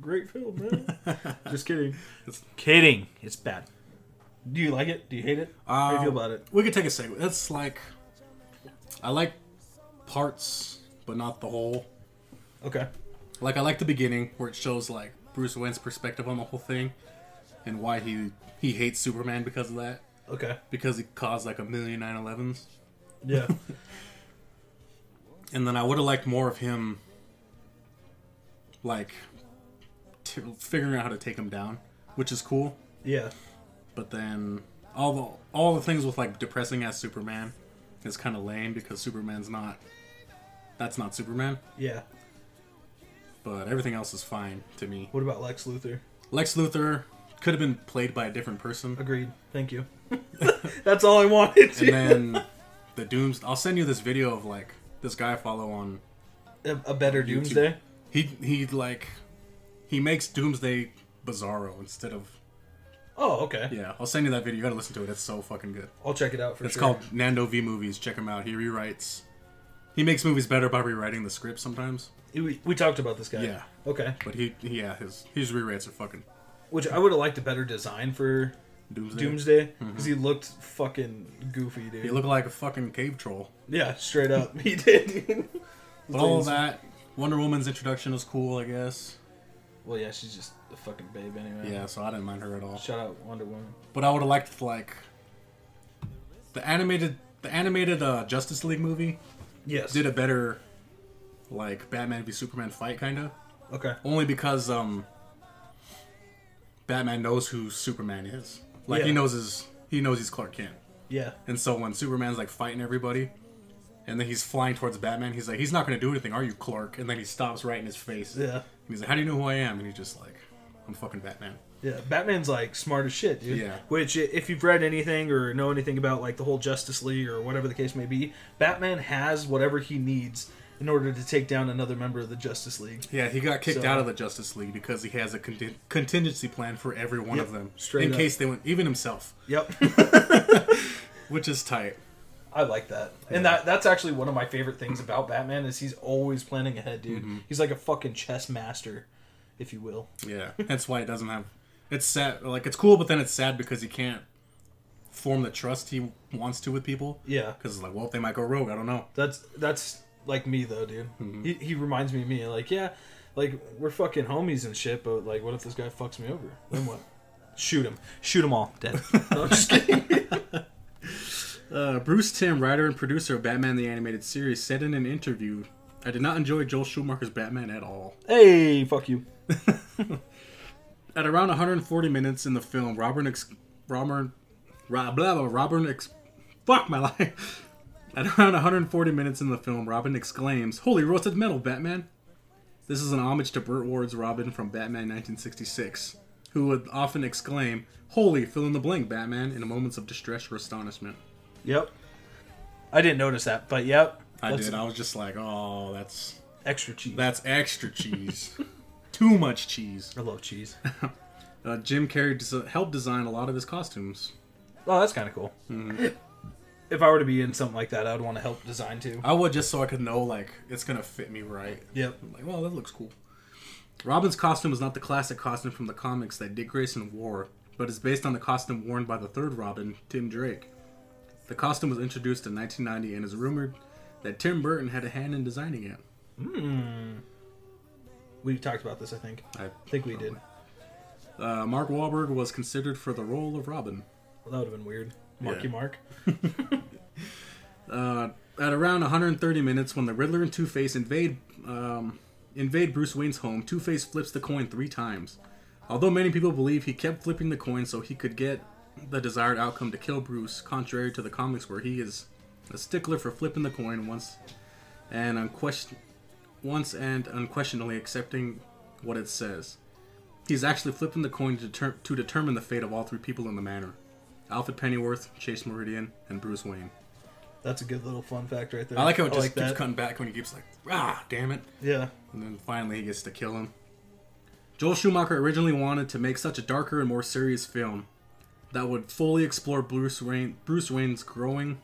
Speaker 2: great film, man. Just kidding. kidding. It's bad. Do you like it? Do you hate it? How do you feel about it?
Speaker 3: We could take a segue. That's like, I like parts, but not the whole.
Speaker 2: Okay.
Speaker 3: Like I like the beginning where it shows like Bruce Wayne's perspective on the whole thing, and why he he hates Superman because of that.
Speaker 2: Okay.
Speaker 3: Because he caused like a million 9/11s.
Speaker 2: Yeah.
Speaker 3: and then I would have liked more of him, like t- figuring out how to take him down, which is cool.
Speaker 2: yeah.
Speaker 3: But then all the all the things with like depressing ass Superman is kind of lame because Superman's not that's not Superman.
Speaker 2: Yeah.
Speaker 3: But everything else is fine to me.
Speaker 2: What about Lex Luthor?
Speaker 3: Lex Luthor could have been played by a different person,
Speaker 2: Agreed. Thank you. That's all I wanted.
Speaker 3: and then the Dooms. I'll send you this video of like this guy I follow on
Speaker 2: a, a better Doomsday.
Speaker 3: He he like he makes Doomsday Bizarro instead of
Speaker 2: Oh, okay.
Speaker 3: yeah. I'll send you that video. You gotta listen to it. It's so fucking good.
Speaker 2: I'll check it out for
Speaker 3: It's
Speaker 2: sure.
Speaker 3: called Nando V Movies. Check him out. He rewrites. He makes movies better by rewriting the script sometimes.
Speaker 2: We, we talked about this guy.
Speaker 3: Yeah.
Speaker 2: Okay.
Speaker 3: But he, he- yeah, his his rewrites are fucking
Speaker 2: Which I would have liked a better design for
Speaker 3: doomsday.
Speaker 2: Doomsday because he looked fucking goofy, dude.
Speaker 3: He looked like a fucking cave troll.
Speaker 2: yeah, straight up, he did. dude.
Speaker 3: But all of that, Wonder Woman's introduction was cool, I guess.
Speaker 2: Well, yeah, she's just a fucking babe anyway.
Speaker 3: Yeah, so I didn't mind her at all.
Speaker 2: Shout out Wonder Woman.
Speaker 3: But I would have liked like the animated the animated uh, Justice League movie
Speaker 2: Yes.
Speaker 3: did a better like Batman v Superman fight kind of
Speaker 2: Okay.
Speaker 3: only because um Batman knows who Superman is. Like he
Speaker 2: Yeah.
Speaker 3: knows his he knows he's Clark Kent.
Speaker 2: Yeah.
Speaker 3: And so when Superman's like fighting everybody and then he's flying towards Batman, he's like he's not going to do anything, are you Clark? And then he stops right in his face. And
Speaker 2: Yeah.
Speaker 3: he's like how do you know who I am? And he's just like I'm fucking Batman.
Speaker 2: Yeah, Batman's like smart as shit, dude.
Speaker 3: Yeah.
Speaker 2: Which, i- if you've read anything or know anything about like the whole Justice League or whatever the case may be, Batman has whatever he needs in order to take down another member of the Justice League.
Speaker 3: Yeah, he got kicked
Speaker 2: So-
Speaker 3: out of the Justice League because he has a conti- contingency plan for every one
Speaker 2: Yep,
Speaker 3: of them
Speaker 2: straight
Speaker 3: in
Speaker 2: up.
Speaker 3: case they went even himself,
Speaker 2: Yep.
Speaker 3: which is tight.
Speaker 2: I like that, and that that's actually one of my favorite things about Batman is he's always planning ahead, dude.
Speaker 3: Mm-hmm.
Speaker 2: He's like a fucking chess master, if you will.
Speaker 3: Yeah, that's why it doesn't have. It's sad. Like it's cool, but then it's sad because he can't form the trust he wants to with people.
Speaker 2: Yeah.
Speaker 3: because it's like, well, they might go rogue. I don't know.
Speaker 2: That's that's like me though, dude.
Speaker 3: Mm-hmm.
Speaker 2: He, he reminds me of me. Like yeah, like we're fucking homies and shit, but like what if this guy fucks me over? Then what? Shoot him. Shoot him all dead. No, I'm just kidding.
Speaker 3: Uh, Bruce Tim, writer and producer of Batman the Animated Series, said in an interview, "I did not enjoy Joel Schumacher's Batman at all."
Speaker 2: hey, fuck you.
Speaker 3: At around 140 minutes in the film, Robert ex- Robert Rob, blah, blah, Robert ex- fuck my life. At around 140 minutes in the film, Robin exclaims, "Holy roasted metal, Batman!" This is an homage to Burt Ward's Robin from Batman 1966, who would often exclaim, "Holy fill in the blank, Batman!" in moments of distress or astonishment.
Speaker 2: Yep. I didn't notice that, but yep.
Speaker 3: I
Speaker 2: That's
Speaker 3: did. I was just like, "Oh, that's
Speaker 2: Extra cheese.
Speaker 3: that's extra cheese, too much cheese."
Speaker 2: I love cheese.
Speaker 3: Uh, Jim Carrey des- helped design a lot of his costumes.
Speaker 2: Oh, that's kind of cool.
Speaker 3: Mm-hmm.
Speaker 2: If I were to be in something like that, I'd want to help design too.
Speaker 3: I would just so I could know like it's gonna fit me right.
Speaker 2: Yep.
Speaker 3: I'm like, well, that looks cool. Robin's costume is not the classic costume from the comics that Dick Grayson wore, but is based on the costume worn by the third Robin, Tim Drake. The costume was introduced in 1990 and is rumored that Tim Burton had a hand in designing it.
Speaker 2: We talked about this, I think.
Speaker 3: I
Speaker 2: I think we did.
Speaker 3: Uh, Mark Wahlberg was considered for the role of Robin.
Speaker 2: Well, that would have been weird. Marky
Speaker 3: Yeah.
Speaker 2: Mark.
Speaker 3: At around 130 minutes, when the Riddler and Two Face invade um, invade Bruce Wayne's home, Two Face flips the coin three times. Although many people believe he kept flipping the coin so he could get the desired outcome to kill Bruce, contrary to the comics where he is a stickler for flipping the coin once and unquestion- once and unquestionably accepting what it says. He's actually flipping the coin to, deter- to determine the fate of all three people in the manor: Alfred Pennyworth, Chase Meridian, and Bruce Wayne.
Speaker 2: That's a good little fun fact right there.
Speaker 3: I like how it just keeps
Speaker 2: that.
Speaker 3: cutting back when he keeps like, ah, damn it.
Speaker 2: Yeah.
Speaker 3: And then finally he gets to kill him. Joel Schumacher originally wanted to make such a darker and more serious film that would fully explore Bruce Wayne Bruce Wayne's growing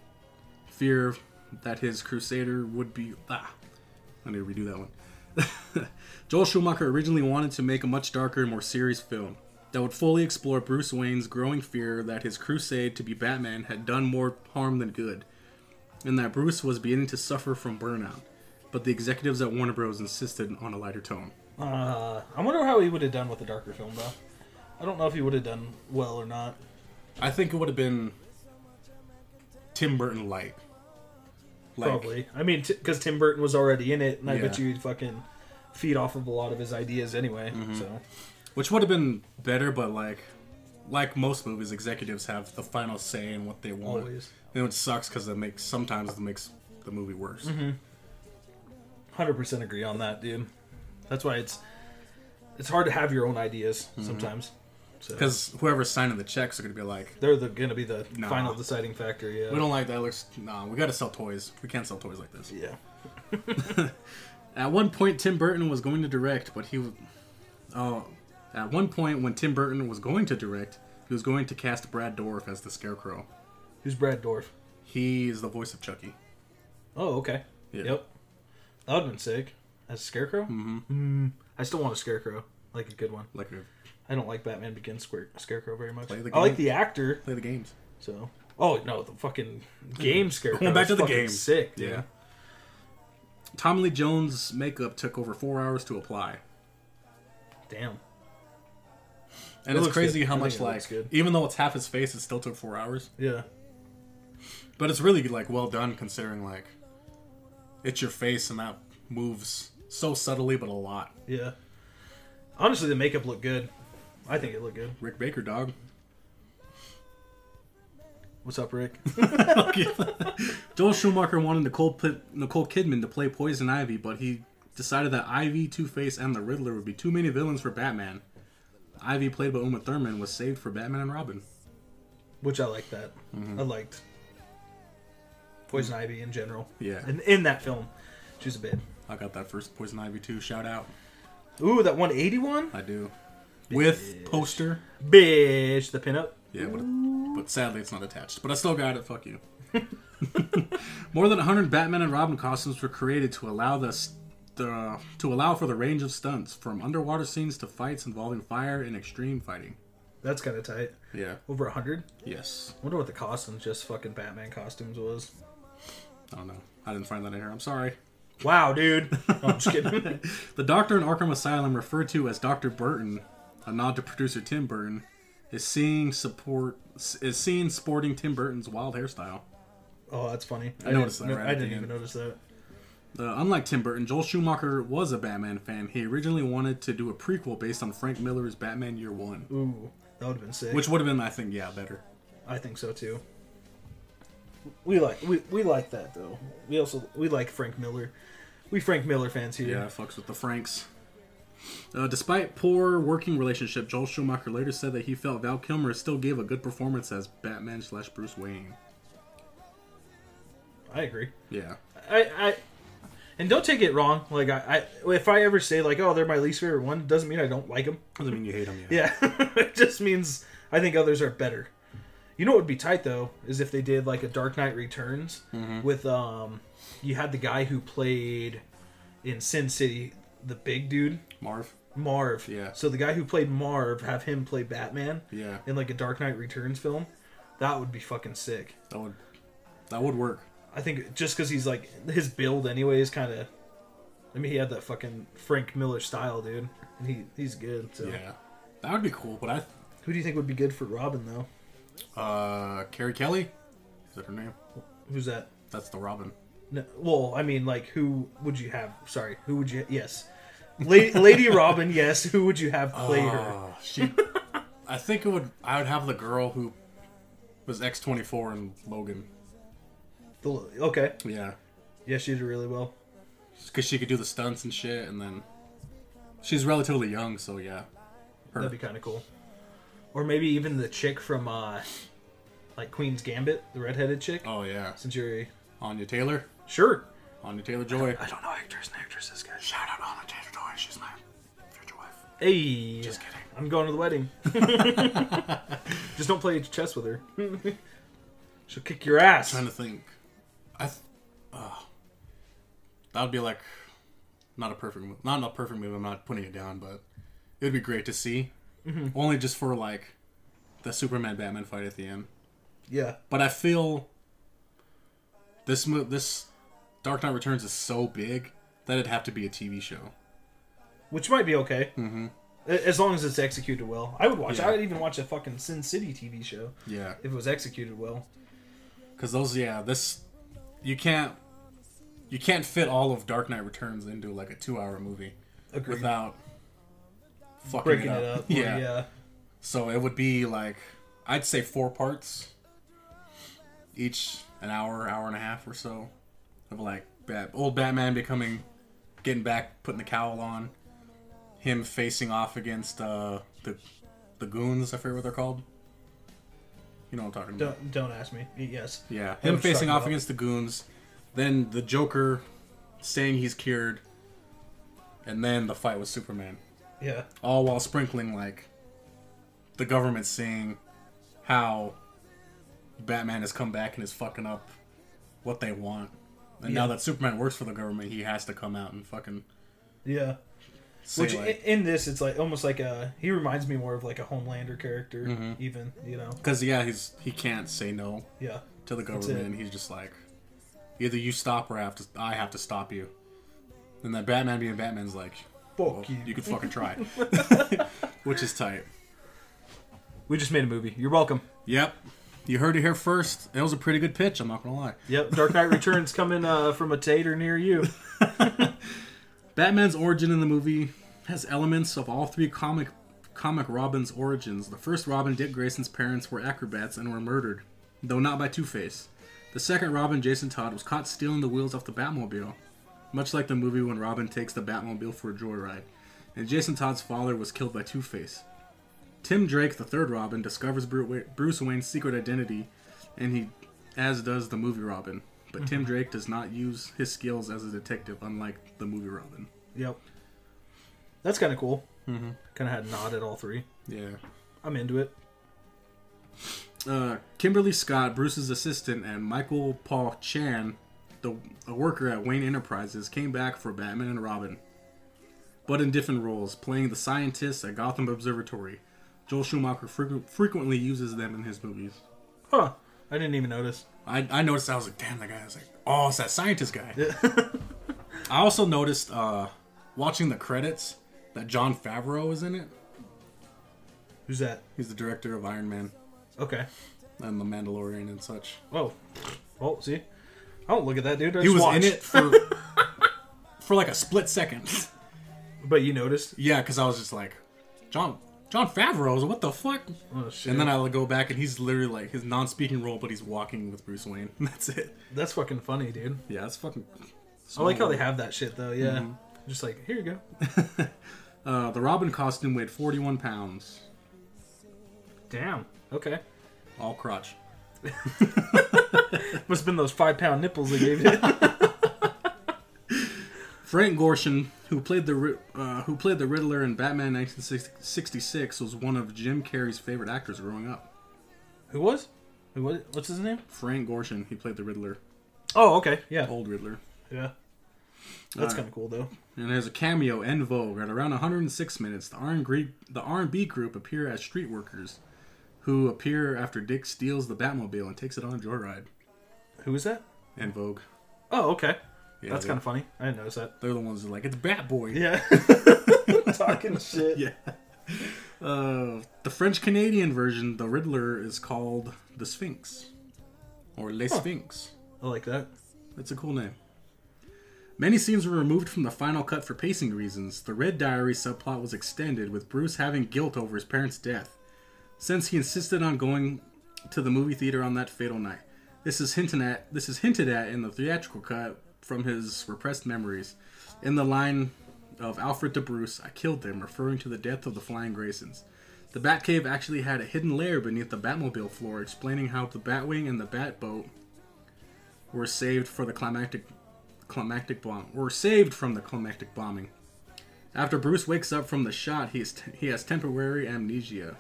Speaker 3: fear that his crusader would be ah. I need to redo that one. Joel Schumacher originally wanted to make a much darker and more serious film that would fully explore Bruce Wayne's growing fear that his crusade to be Batman had done more harm than good, and that Bruce was beginning to suffer from burnout but the executives at Warner Bros. insisted on a lighter tone.
Speaker 2: Uh, I wonder how he would have done with a darker film though. I don't know if he would have done well or not.
Speaker 3: I think it would have been Tim Burton light. Like,
Speaker 2: Probably. I mean, because Tim Burton was already in it, and I
Speaker 3: Yeah.
Speaker 2: bet you he'd fucking feed off of a lot of his ideas anyway.
Speaker 3: Mm-hmm.
Speaker 2: So
Speaker 3: Which would have been better, but like like most movies, executives have the final say in what they want.
Speaker 2: Always.
Speaker 3: And it sucks because it makes sometimes it makes the movie worse.
Speaker 2: Mm-hmm. hundred percent agree on that, dude. That's why it's it's hard to have your own ideas
Speaker 3: Mm-hmm.
Speaker 2: sometimes. So
Speaker 3: Because whoever's signing the checks are gonna be like,
Speaker 2: they're the, gonna be the
Speaker 3: Nah.
Speaker 2: final deciding factor. Yeah.
Speaker 3: we don't like that. Looks nah. We gotta sell toys. We can't sell toys like this.
Speaker 2: yeah.
Speaker 3: At one point, Tim Burton was going to direct, but he was. Oh, at one point when Tim Burton was going to direct, he was going to cast Brad Dorff as the Scarecrow.
Speaker 2: Who's Brad Dorf?
Speaker 3: He is the voice of Chucky.
Speaker 2: Oh, okay.
Speaker 3: Yeah.
Speaker 2: Yep. That would've been sick. As a scarecrow. Mm-hmm. I still want a scarecrow, like a good one.
Speaker 3: Like, uh,
Speaker 2: I don't like Batman Begins Square, Scarecrow very much.
Speaker 3: Play the
Speaker 2: I like
Speaker 3: game.
Speaker 2: the actor.
Speaker 3: play the games.
Speaker 2: So. Oh no, the fucking game Scarecrow.
Speaker 3: Going back
Speaker 2: is
Speaker 3: to the
Speaker 2: fucking
Speaker 3: game.
Speaker 2: Sick. dude.
Speaker 3: Yeah. Tom Lee Jones' makeup took over four hours to apply,
Speaker 2: Damn.
Speaker 3: and
Speaker 2: It
Speaker 3: it's
Speaker 2: looks
Speaker 3: crazy
Speaker 2: good.
Speaker 3: how
Speaker 2: I
Speaker 3: much
Speaker 2: think it looks
Speaker 3: like
Speaker 2: good.
Speaker 3: even though it's half his face, it still took four hours.
Speaker 2: Yeah.
Speaker 3: But it's really like well done considering like it's your face and that moves so subtly but a lot.
Speaker 2: Yeah. Honestly, the makeup looked good. I think it looked good.
Speaker 3: Rick Baker, dog.
Speaker 2: What's up, Rick?
Speaker 3: Joel Schumacher wanted Nicole Pit- Nicole Kidman to play Poison Ivy, but he decided that Ivy, Two Face, and the Riddler would be too many villains for Batman. Ivy, played by Uma Thurman, was saved for Batman and Robin.
Speaker 2: Which I like that.
Speaker 3: Mm-hmm.
Speaker 2: I liked Poison Ivy in general.
Speaker 3: Yeah.
Speaker 2: And in that film, she's a bit.
Speaker 3: I got that first Poison Ivy too. Shout out,
Speaker 2: Ooh, that 181?
Speaker 3: I do. With poster,
Speaker 2: Bitch, the pinup.
Speaker 3: yeah, but, but sadly it's not attached. But I still got it. Fuck you. More than 100 Batman and Robin costumes were created to allow the, st- the to allow for the range of stunts, from underwater scenes to fights involving fire and extreme fighting.
Speaker 2: That's kind of tight.
Speaker 3: Yeah.
Speaker 2: Over 100?
Speaker 3: Yes.
Speaker 2: I wonder what the costumes, just fucking Batman costumes, was.
Speaker 3: I don't know. I didn't find that in here. I'm sorry.
Speaker 2: Wow, dude. No, I'm just kidding.
Speaker 3: The Doctor in Arkham Asylum, referred to as Doctor Burton, a nod to producer Tim Burton, is seen support is seen sporting Tim Burton's wild hairstyle.
Speaker 2: oh, that's funny. I,
Speaker 3: noticed
Speaker 2: didn't,
Speaker 3: that right
Speaker 2: I
Speaker 3: at the
Speaker 2: didn't even
Speaker 3: end.
Speaker 2: notice that.
Speaker 3: Uh, unlike Tim Burton, Joel Schumacher was a Batman fan. He originally wanted to do a prequel based on Frank Miller's Batman Year One,
Speaker 2: Ooh, that would have been sick.
Speaker 3: which would have been, I think, yeah, better.
Speaker 2: I think so too. We like we, we like that though. We also we like Frank Miller. We Frank Miller fans here.
Speaker 3: Yeah, it fucks with the Franks. Uh, despite poor working relationship, Joel Schumacher later said that he felt Val Kilmer still gave a good performance as Batman slash Bruce Wayne.
Speaker 2: I agree.
Speaker 3: Yeah.
Speaker 2: I, I and don't take it wrong. Like I, I if I ever say like oh they're my least favorite one doesn't mean I don't like them.
Speaker 3: Doesn't mean you hate him,
Speaker 2: Yeah, it just means I think others are better. You know what would be tight though is if they did like a Dark Knight Returns
Speaker 3: Mm-hmm.
Speaker 2: with um you had the guy who played in Sin City the big dude
Speaker 3: Marv.
Speaker 2: Marv.
Speaker 3: Yeah.
Speaker 2: So the guy who played Marv, have him play Batman.
Speaker 3: Yeah.
Speaker 2: In like a Dark Knight Returns film, that would be fucking sick.
Speaker 3: That would that would work.
Speaker 2: I think just because he's like his build anyway is kind of. I mean, he had that fucking Frank Miller style, dude. And he he's good. So.
Speaker 3: That would be cool, but
Speaker 2: Who do you think would be good for Robin though?
Speaker 3: I uh Carrie Kelly? Is that her name?
Speaker 2: Who's that?
Speaker 3: That's the Robin.
Speaker 2: No, well, I mean, like, who would you have? Sorry, who would you? Yes, Lady, Lady Robin. Yes, who would you have play her?
Speaker 3: Uh, she I think it would I would have the girl who was X twenty four in Logan.
Speaker 2: The, okay,
Speaker 3: Yeah.
Speaker 2: yeah, she did really well.
Speaker 3: Cause she could do the stunts and shit and then she's relatively young, so yeah.
Speaker 2: That'd be kind of cool. Or maybe even the chick from, uh, like Queen's Gambit, the redheaded chick.
Speaker 3: Oh yeah.
Speaker 2: Since you're a
Speaker 3: Anya Taylor.
Speaker 2: Sure.
Speaker 3: Anya Taylor Joy.
Speaker 2: I don't know actors and actresses, guys.
Speaker 3: Shout out Anya Taylor Joy. She's my future wife.
Speaker 2: Hey.
Speaker 3: Just kidding.
Speaker 2: I'm going to the wedding. Just don't play chess with her. She'll kick your ass.
Speaker 3: trying to think. I th- uh, that would be like not a perfect move. Not a perfect move. I'm not putting it down, but it would be great to see. Only just for like the Superman Batman fight at the end.
Speaker 2: Yeah.
Speaker 3: But I feel this mo- this Dark Knight Returns is so big that it'd have to be a TV show.
Speaker 2: Which might be okay. Mm-hmm. As long as it's executed well. I would watch
Speaker 3: Yeah.
Speaker 2: I would even watch a fucking Sin City TV show
Speaker 3: Yeah,
Speaker 2: if it was executed well.
Speaker 3: because those yeah this you can't you can't fit all of Dark Knight Returns into like a two hour movie
Speaker 2: Agreed.
Speaker 3: without fucking
Speaker 2: Breaking it up.
Speaker 3: Yeah.
Speaker 2: yeah. yeah.
Speaker 3: so it would be like I'd say four parts, each an hour, hour and a half or so of like Bat- old Batman becoming, getting back, putting the cowl on, him facing off against uh, the the goons. I forget what they're called. You know what I'm talking about.
Speaker 2: Don't don't ask me. Yes.
Speaker 3: Yeah,
Speaker 2: I know what
Speaker 3: him
Speaker 2: you're
Speaker 3: facing
Speaker 2: talking
Speaker 3: off
Speaker 2: about.
Speaker 3: against the goons, then the Joker saying he's cured, and then the fight with Superman.
Speaker 2: Yeah.
Speaker 3: All while sprinkling like the government seeing how Batman has come back and is fucking up what they want. And now
Speaker 2: Yeah.
Speaker 3: that Superman works for the government, he has to come out and fucking
Speaker 2: Yeah.
Speaker 3: say
Speaker 2: Which
Speaker 3: like,
Speaker 2: in, in this, it's like almost like a. He reminds me more of like a Homelander character, even you know.
Speaker 3: because yeah, he's he can't say no
Speaker 2: Yeah,
Speaker 3: to the
Speaker 2: That's
Speaker 3: government. And he's just like, either you stop or I have to, I have to stop you. And then Batman being Batman's like,
Speaker 2: fuck
Speaker 3: you.
Speaker 2: you.
Speaker 3: could fucking try. Which is tight.
Speaker 2: We just made a movie. You're welcome.
Speaker 3: Yep. You heard it here first. It was a pretty good pitch, I'm not gonna lie.
Speaker 2: Yep. Dark Knight Returns coming uh, from a tater near you.
Speaker 3: Batman's origin in the movie has elements of all three comic comic Robin's origins. The first Robin, Dick Grayson's parents were acrobats and were murdered, though not by Two Face. The second Robin, Jason Todd, was caught stealing the wheels off the Batmobile, much like the movie when Robin takes the Batmobile for a joyride. And Jason Todd's father was killed by Two Face. Tim Drake, the third Robin, discovers Bru- Wa- Bruce Wayne's secret identity, and he, as does the movie Robin. But Tim Drake does not use his skills as a detective, unlike the movie Robin.
Speaker 2: Yep. That's kind of cool. Mm-hmm. Kind of had a nod at all three.
Speaker 3: Yeah.
Speaker 2: I'm into it.
Speaker 3: Uh, Kimberly Scott, Bruce's assistant, and Michael Paul Chan, the a worker at Wayne Enterprises, came back for Batman and Robin, but in different roles, playing the scientists at Gotham Observatory. Joel Schumacher frequ- frequently uses them in his movies.
Speaker 2: Huh. I didn't even notice.
Speaker 3: I, I noticed that, I was like, damn, that guy. I was like, oh, it's that scientist guy. I also noticed uh, watching the credits that John Favreau is in it.
Speaker 2: Who's that?
Speaker 3: He's the director of Iron Man
Speaker 2: Okay.
Speaker 3: and The Mandalorian and such.
Speaker 2: Oh. Well, see. I don't look at that dude. I
Speaker 3: He
Speaker 2: just
Speaker 3: was
Speaker 2: watch.
Speaker 3: in it for for like a split second.
Speaker 2: but you noticed.
Speaker 3: yeah, because I was just like, John John Favreau. I was like, what the fuck?
Speaker 2: Oh shit.
Speaker 3: And then I would go back and he's literally like his non-speaking role, but he's walking with Bruce Wayne. That's it.
Speaker 2: That's fucking funny, dude.
Speaker 3: Yeah, that's fucking.
Speaker 2: I like how they have that shit though. Yeah. Just like here you go.
Speaker 3: Uh, the Robin costume weighed 41 pounds,
Speaker 2: Damn. Okay.
Speaker 3: all crotch.
Speaker 2: Must have been those five pound nipples they gave you.
Speaker 3: Frank Gorshin, who played the Ri- uh, who played the Riddler in Batman 1966, was one of Jim Carrey's favorite actors growing up.
Speaker 2: Who was? Who was? What's his name?
Speaker 3: Frank Gorshin, he played the Riddler,
Speaker 2: Oh, okay. Yeah.
Speaker 3: old Riddler.
Speaker 2: Yeah. That's
Speaker 3: Alright.
Speaker 2: kind of cool though.
Speaker 3: And there's a cameo en vogue at around 106 minutes. The R&B, the R&B group appear as street workers, who appear after Dick steals the Batmobile and takes it on a joyride.
Speaker 2: Who is that?
Speaker 3: En vogue.
Speaker 2: Oh, okay.
Speaker 3: Yeah,
Speaker 2: That's
Speaker 3: they-
Speaker 2: kind of funny. I didn't notice that.
Speaker 3: They're the ones that are like it's Batboy.
Speaker 2: Yeah. Talking shit.
Speaker 3: Yeah. Uh, the French Canadian version, the Riddler is called the Sphinx, or Les Sphinx.
Speaker 2: I like that.
Speaker 3: That's a cool name. Many scenes were removed from the final cut for pacing reasons. The Red Diary subplot was extended, with Bruce having guilt over his parents' death, since he insisted on going to the movie theater on that fatal night. This is hinted at. This is hinted at in the theatrical cut from his repressed memories, in the line of Alfred to Bruce, "I killed them," referring to the death of the Flying Graysons. The Batcave actually had a hidden lair beneath the Batmobile floor, explaining how the Batwing and the Batboat were saved for the climactic climactic bomb were saved from the climactic bombing. After Bruce wakes up from the shot, he, is he has temporary amnesia.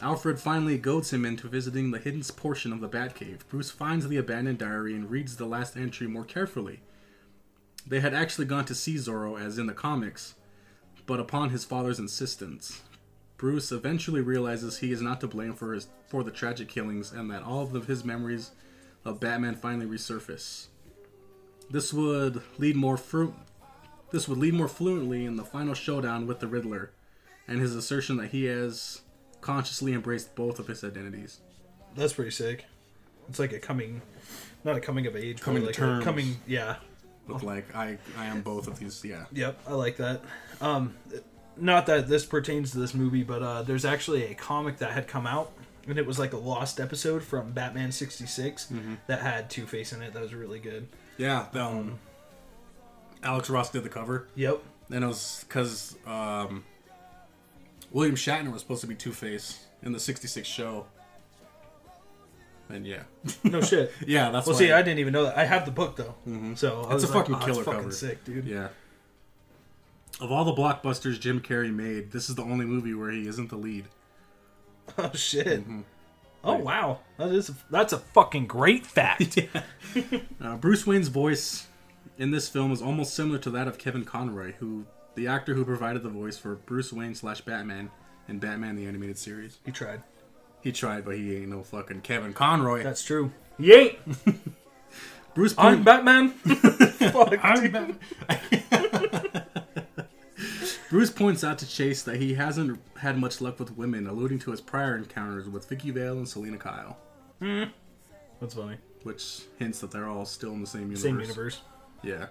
Speaker 3: Alfred finally goads him into visiting the hidden portion of the Batcave. Bruce finds the abandoned diary and reads the last entry more carefully. They had actually gone to see Zorro as in the comics, but upon his father's insistence. Bruce eventually realizes he is not to blame for his for the tragic killings and that all of his memories of Batman finally resurface. This would lead more fruit this would lead more fluently in the final showdown with the Riddler and his assertion that he has consciously embraced both of his identities.
Speaker 2: That's pretty sick. It's like a coming, not a coming of age,
Speaker 3: Coming
Speaker 2: but like
Speaker 3: to terms.
Speaker 2: a coming. Yeah,
Speaker 3: Look like I I am both of these, yeah.
Speaker 2: yep, I like that. Um, not that this pertains to this movie, but uh, there's actually a comic that had come out, and it was like a lost episode from Batman '66
Speaker 3: Mm-hmm.
Speaker 2: that had Two Face in it. That was really good.
Speaker 3: Yeah, the, um, Alex Ross did the cover.
Speaker 2: Yep.
Speaker 3: And it was because um, William Shatner was supposed to be Two Face in the '66 show. And yeah,
Speaker 2: No shit.
Speaker 3: yeah, that's
Speaker 2: Well,
Speaker 3: why.
Speaker 2: see, I didn't even know that. I have the book though, so I
Speaker 3: Mm-hmm. It's
Speaker 2: was
Speaker 3: a
Speaker 2: like,
Speaker 3: fucking
Speaker 2: "Oh,
Speaker 3: killer
Speaker 2: it's fucking
Speaker 3: cover."
Speaker 2: sick, dude.
Speaker 3: yeah. Of all the blockbusters Jim Carrey made, this is the only movie where he isn't the lead.
Speaker 2: Oh shit.
Speaker 3: Mm-hmm.
Speaker 2: Oh wow, that is that's a fucking great fact.
Speaker 3: Uh, Bruce Wayne's voice in this film is almost similar to that of Kevin Conroy, who the actor who provided the voice for Bruce Wayne slash Batman in Batman the Animated Series.
Speaker 2: He tried.
Speaker 3: He tried, but he ain't no fucking Kevin Conroy.
Speaker 2: That's true. He ain't.
Speaker 3: Bruce
Speaker 2: I'm
Speaker 3: Wayne-
Speaker 2: Batman. Fuck, dude.
Speaker 3: Bruce points out to Chase that he hasn't had much luck with women, alluding to his prior encounters with Vicky Vale and Selena Kyle,
Speaker 2: That's funny.
Speaker 3: which hints that they're all still in the same universe.
Speaker 2: Same universe.
Speaker 3: Yeah.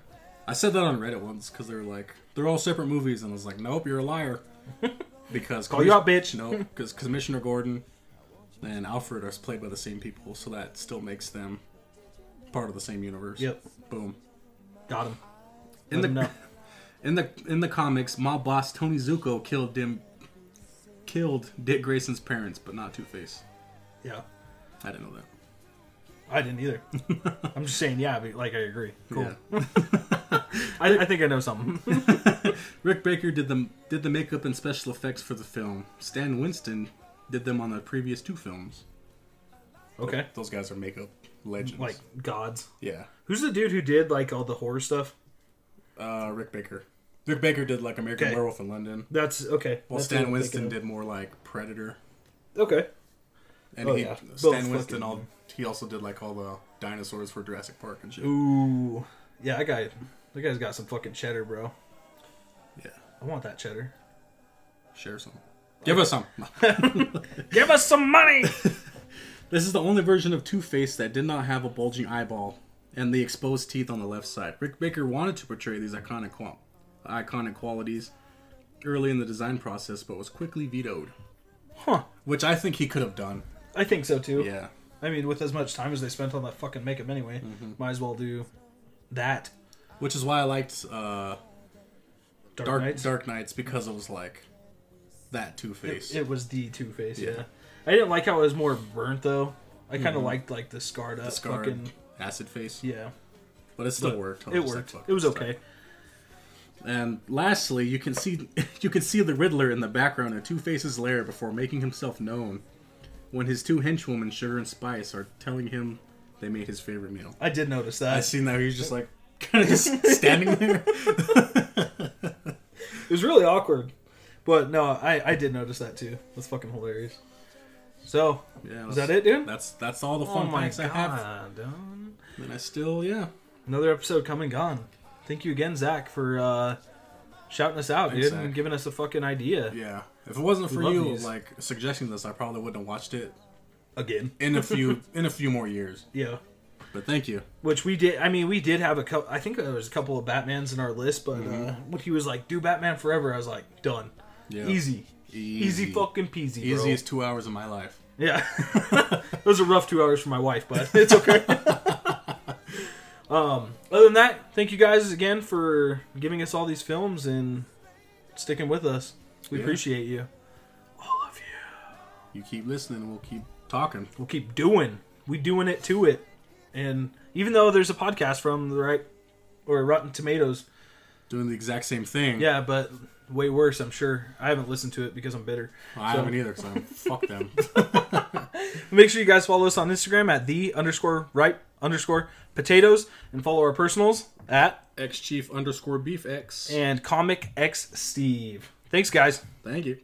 Speaker 3: I said that on Reddit once because they were like, they're all separate movies, and I was like, nope, you're a liar. Because
Speaker 2: Call you out, bitch.
Speaker 3: No, because Commissioner Gordon and Alfred are played by the same people, so that still makes them part of the same universe.
Speaker 2: Yep.
Speaker 3: Boom.
Speaker 2: Got him.
Speaker 3: In
Speaker 2: Let him know.
Speaker 3: the in the in the comics, mob boss Tony Zuko killed Dim killed Dick Grayson's parents, but not Two Face.
Speaker 2: Yeah,
Speaker 3: I didn't know that.
Speaker 2: I didn't either. I'm just saying. Yeah, but like I agree. Cool.
Speaker 3: Yeah.
Speaker 2: I, I think I know something.
Speaker 3: Rick Baker did the did the makeup and special effects for the film. Stan Winston did them on the previous two films.
Speaker 2: okay.
Speaker 3: Those guys are makeup legends.
Speaker 2: Like gods.
Speaker 3: yeah,
Speaker 2: Who's the dude who did like all the horror stuff?
Speaker 3: uh, Rick Baker. Rick Baker did like American
Speaker 2: Okay.
Speaker 3: Werewolf in London.
Speaker 2: That's okay.
Speaker 3: Well,
Speaker 2: That's who
Speaker 3: Stan
Speaker 2: I'm thinking
Speaker 3: Winston
Speaker 2: of.
Speaker 3: did more like Predator,
Speaker 2: Okay.
Speaker 3: and
Speaker 2: Oh,
Speaker 3: he
Speaker 2: yeah. Both
Speaker 3: Stan
Speaker 2: fucking-
Speaker 3: Winston all he also did like all the dinosaurs for Jurassic Park and shit.
Speaker 2: Ooh. Yeah, that guy. That guy's got some fucking cheddar, bro.
Speaker 3: Yeah,
Speaker 2: I want that cheddar.
Speaker 3: share some. Give us some.
Speaker 2: Give us some money.
Speaker 3: This is the only version of Two Face that did not have a bulging eyeball and the exposed teeth on the left side. Rick Baker wanted to portray these iconic qual- iconic qualities early in the design process, but was quickly vetoed.
Speaker 2: huh.
Speaker 3: Which I think he could have done.
Speaker 2: I think so too.
Speaker 3: Yeah.
Speaker 2: I mean, with as much time as they spent on that fucking makeup anyway,
Speaker 3: Mm-hmm.
Speaker 2: might as well do that.
Speaker 3: Which is why I liked uh,
Speaker 2: Dark,
Speaker 3: Dark
Speaker 2: Knights.
Speaker 3: Dark Knights because it was like that Two Face.
Speaker 2: It, it was the Two Face. Yeah.
Speaker 3: Yeah. Mm-hmm.
Speaker 2: I didn't like how it was more burnt though. I kind of liked like the scarred up
Speaker 3: Scarred
Speaker 2: fucking.
Speaker 3: acid face.
Speaker 2: Yeah.
Speaker 3: But it still
Speaker 2: But
Speaker 3: worked. I
Speaker 2: It
Speaker 3: was like,
Speaker 2: worked.
Speaker 3: fuck
Speaker 2: It was
Speaker 3: this
Speaker 2: okay.
Speaker 3: stuff. And lastly, you can see you can see the Riddler in the background in Two Face's lair before making himself known. When his two henchwomen, Sugar and Spice, are telling him they made his favorite meal.
Speaker 2: I did notice
Speaker 3: I
Speaker 2: that.
Speaker 3: seen that he's just like kind of just standing there.
Speaker 2: It was really awkward. But no, I, I did notice that too. That's fucking hilarious. So,
Speaker 3: Yeah,
Speaker 2: is that it, dude?
Speaker 3: That's that's all the
Speaker 2: oh
Speaker 3: fun
Speaker 2: my
Speaker 3: facts I have.
Speaker 2: god. dude.
Speaker 3: And I still yeah.
Speaker 2: Another episode come and gone. Thank you again, Zach, for uh, shouting us out,
Speaker 3: Thanks,
Speaker 2: dude, and
Speaker 3: Zach.
Speaker 2: giving us a fucking idea.
Speaker 3: Yeah. If it wasn't for
Speaker 2: love
Speaker 3: you
Speaker 2: these.
Speaker 3: like suggesting this, I probably wouldn't have watched it
Speaker 2: Again.
Speaker 3: in a few in a few more years.
Speaker 2: Yeah.
Speaker 3: But thank you.
Speaker 2: Which we did. I mean, we did have a couple. I think there was a couple of Batmans in our list, but uh, when he was like, "Do Batman Forever," I was like, "Done,
Speaker 3: Mm-hmm. Yeah.
Speaker 2: easy.
Speaker 3: Easy.
Speaker 2: easy, fucking peasy, bro."
Speaker 3: Easiest two hours of my life.
Speaker 2: Yeah. it was a rough two hours for my wife, but it's okay. um, other than that, thank you guys again for giving us all these films and sticking with us. We
Speaker 3: Yeah.
Speaker 2: appreciate you. All of you.
Speaker 3: You keep listening, we'll keep talking.
Speaker 2: We'll keep doing. We doing it to it. And Even though there's a podcast from the right or Rotten Tomatoes.
Speaker 3: doing the exact same thing.
Speaker 2: Yeah, but way worse, I'm sure. I haven't listened to it because I'm bitter.
Speaker 3: I
Speaker 2: So-
Speaker 3: haven't either, so fuck them.
Speaker 2: Make sure you guys follow us on Instagram at the underscore right underscore potatoes and follow our personals at
Speaker 3: X Chief underscore Beef X.
Speaker 2: and comic x Steve. Thanks, guys.
Speaker 3: Thank you.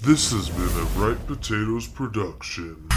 Speaker 6: This has been a Ripe Potatoes production.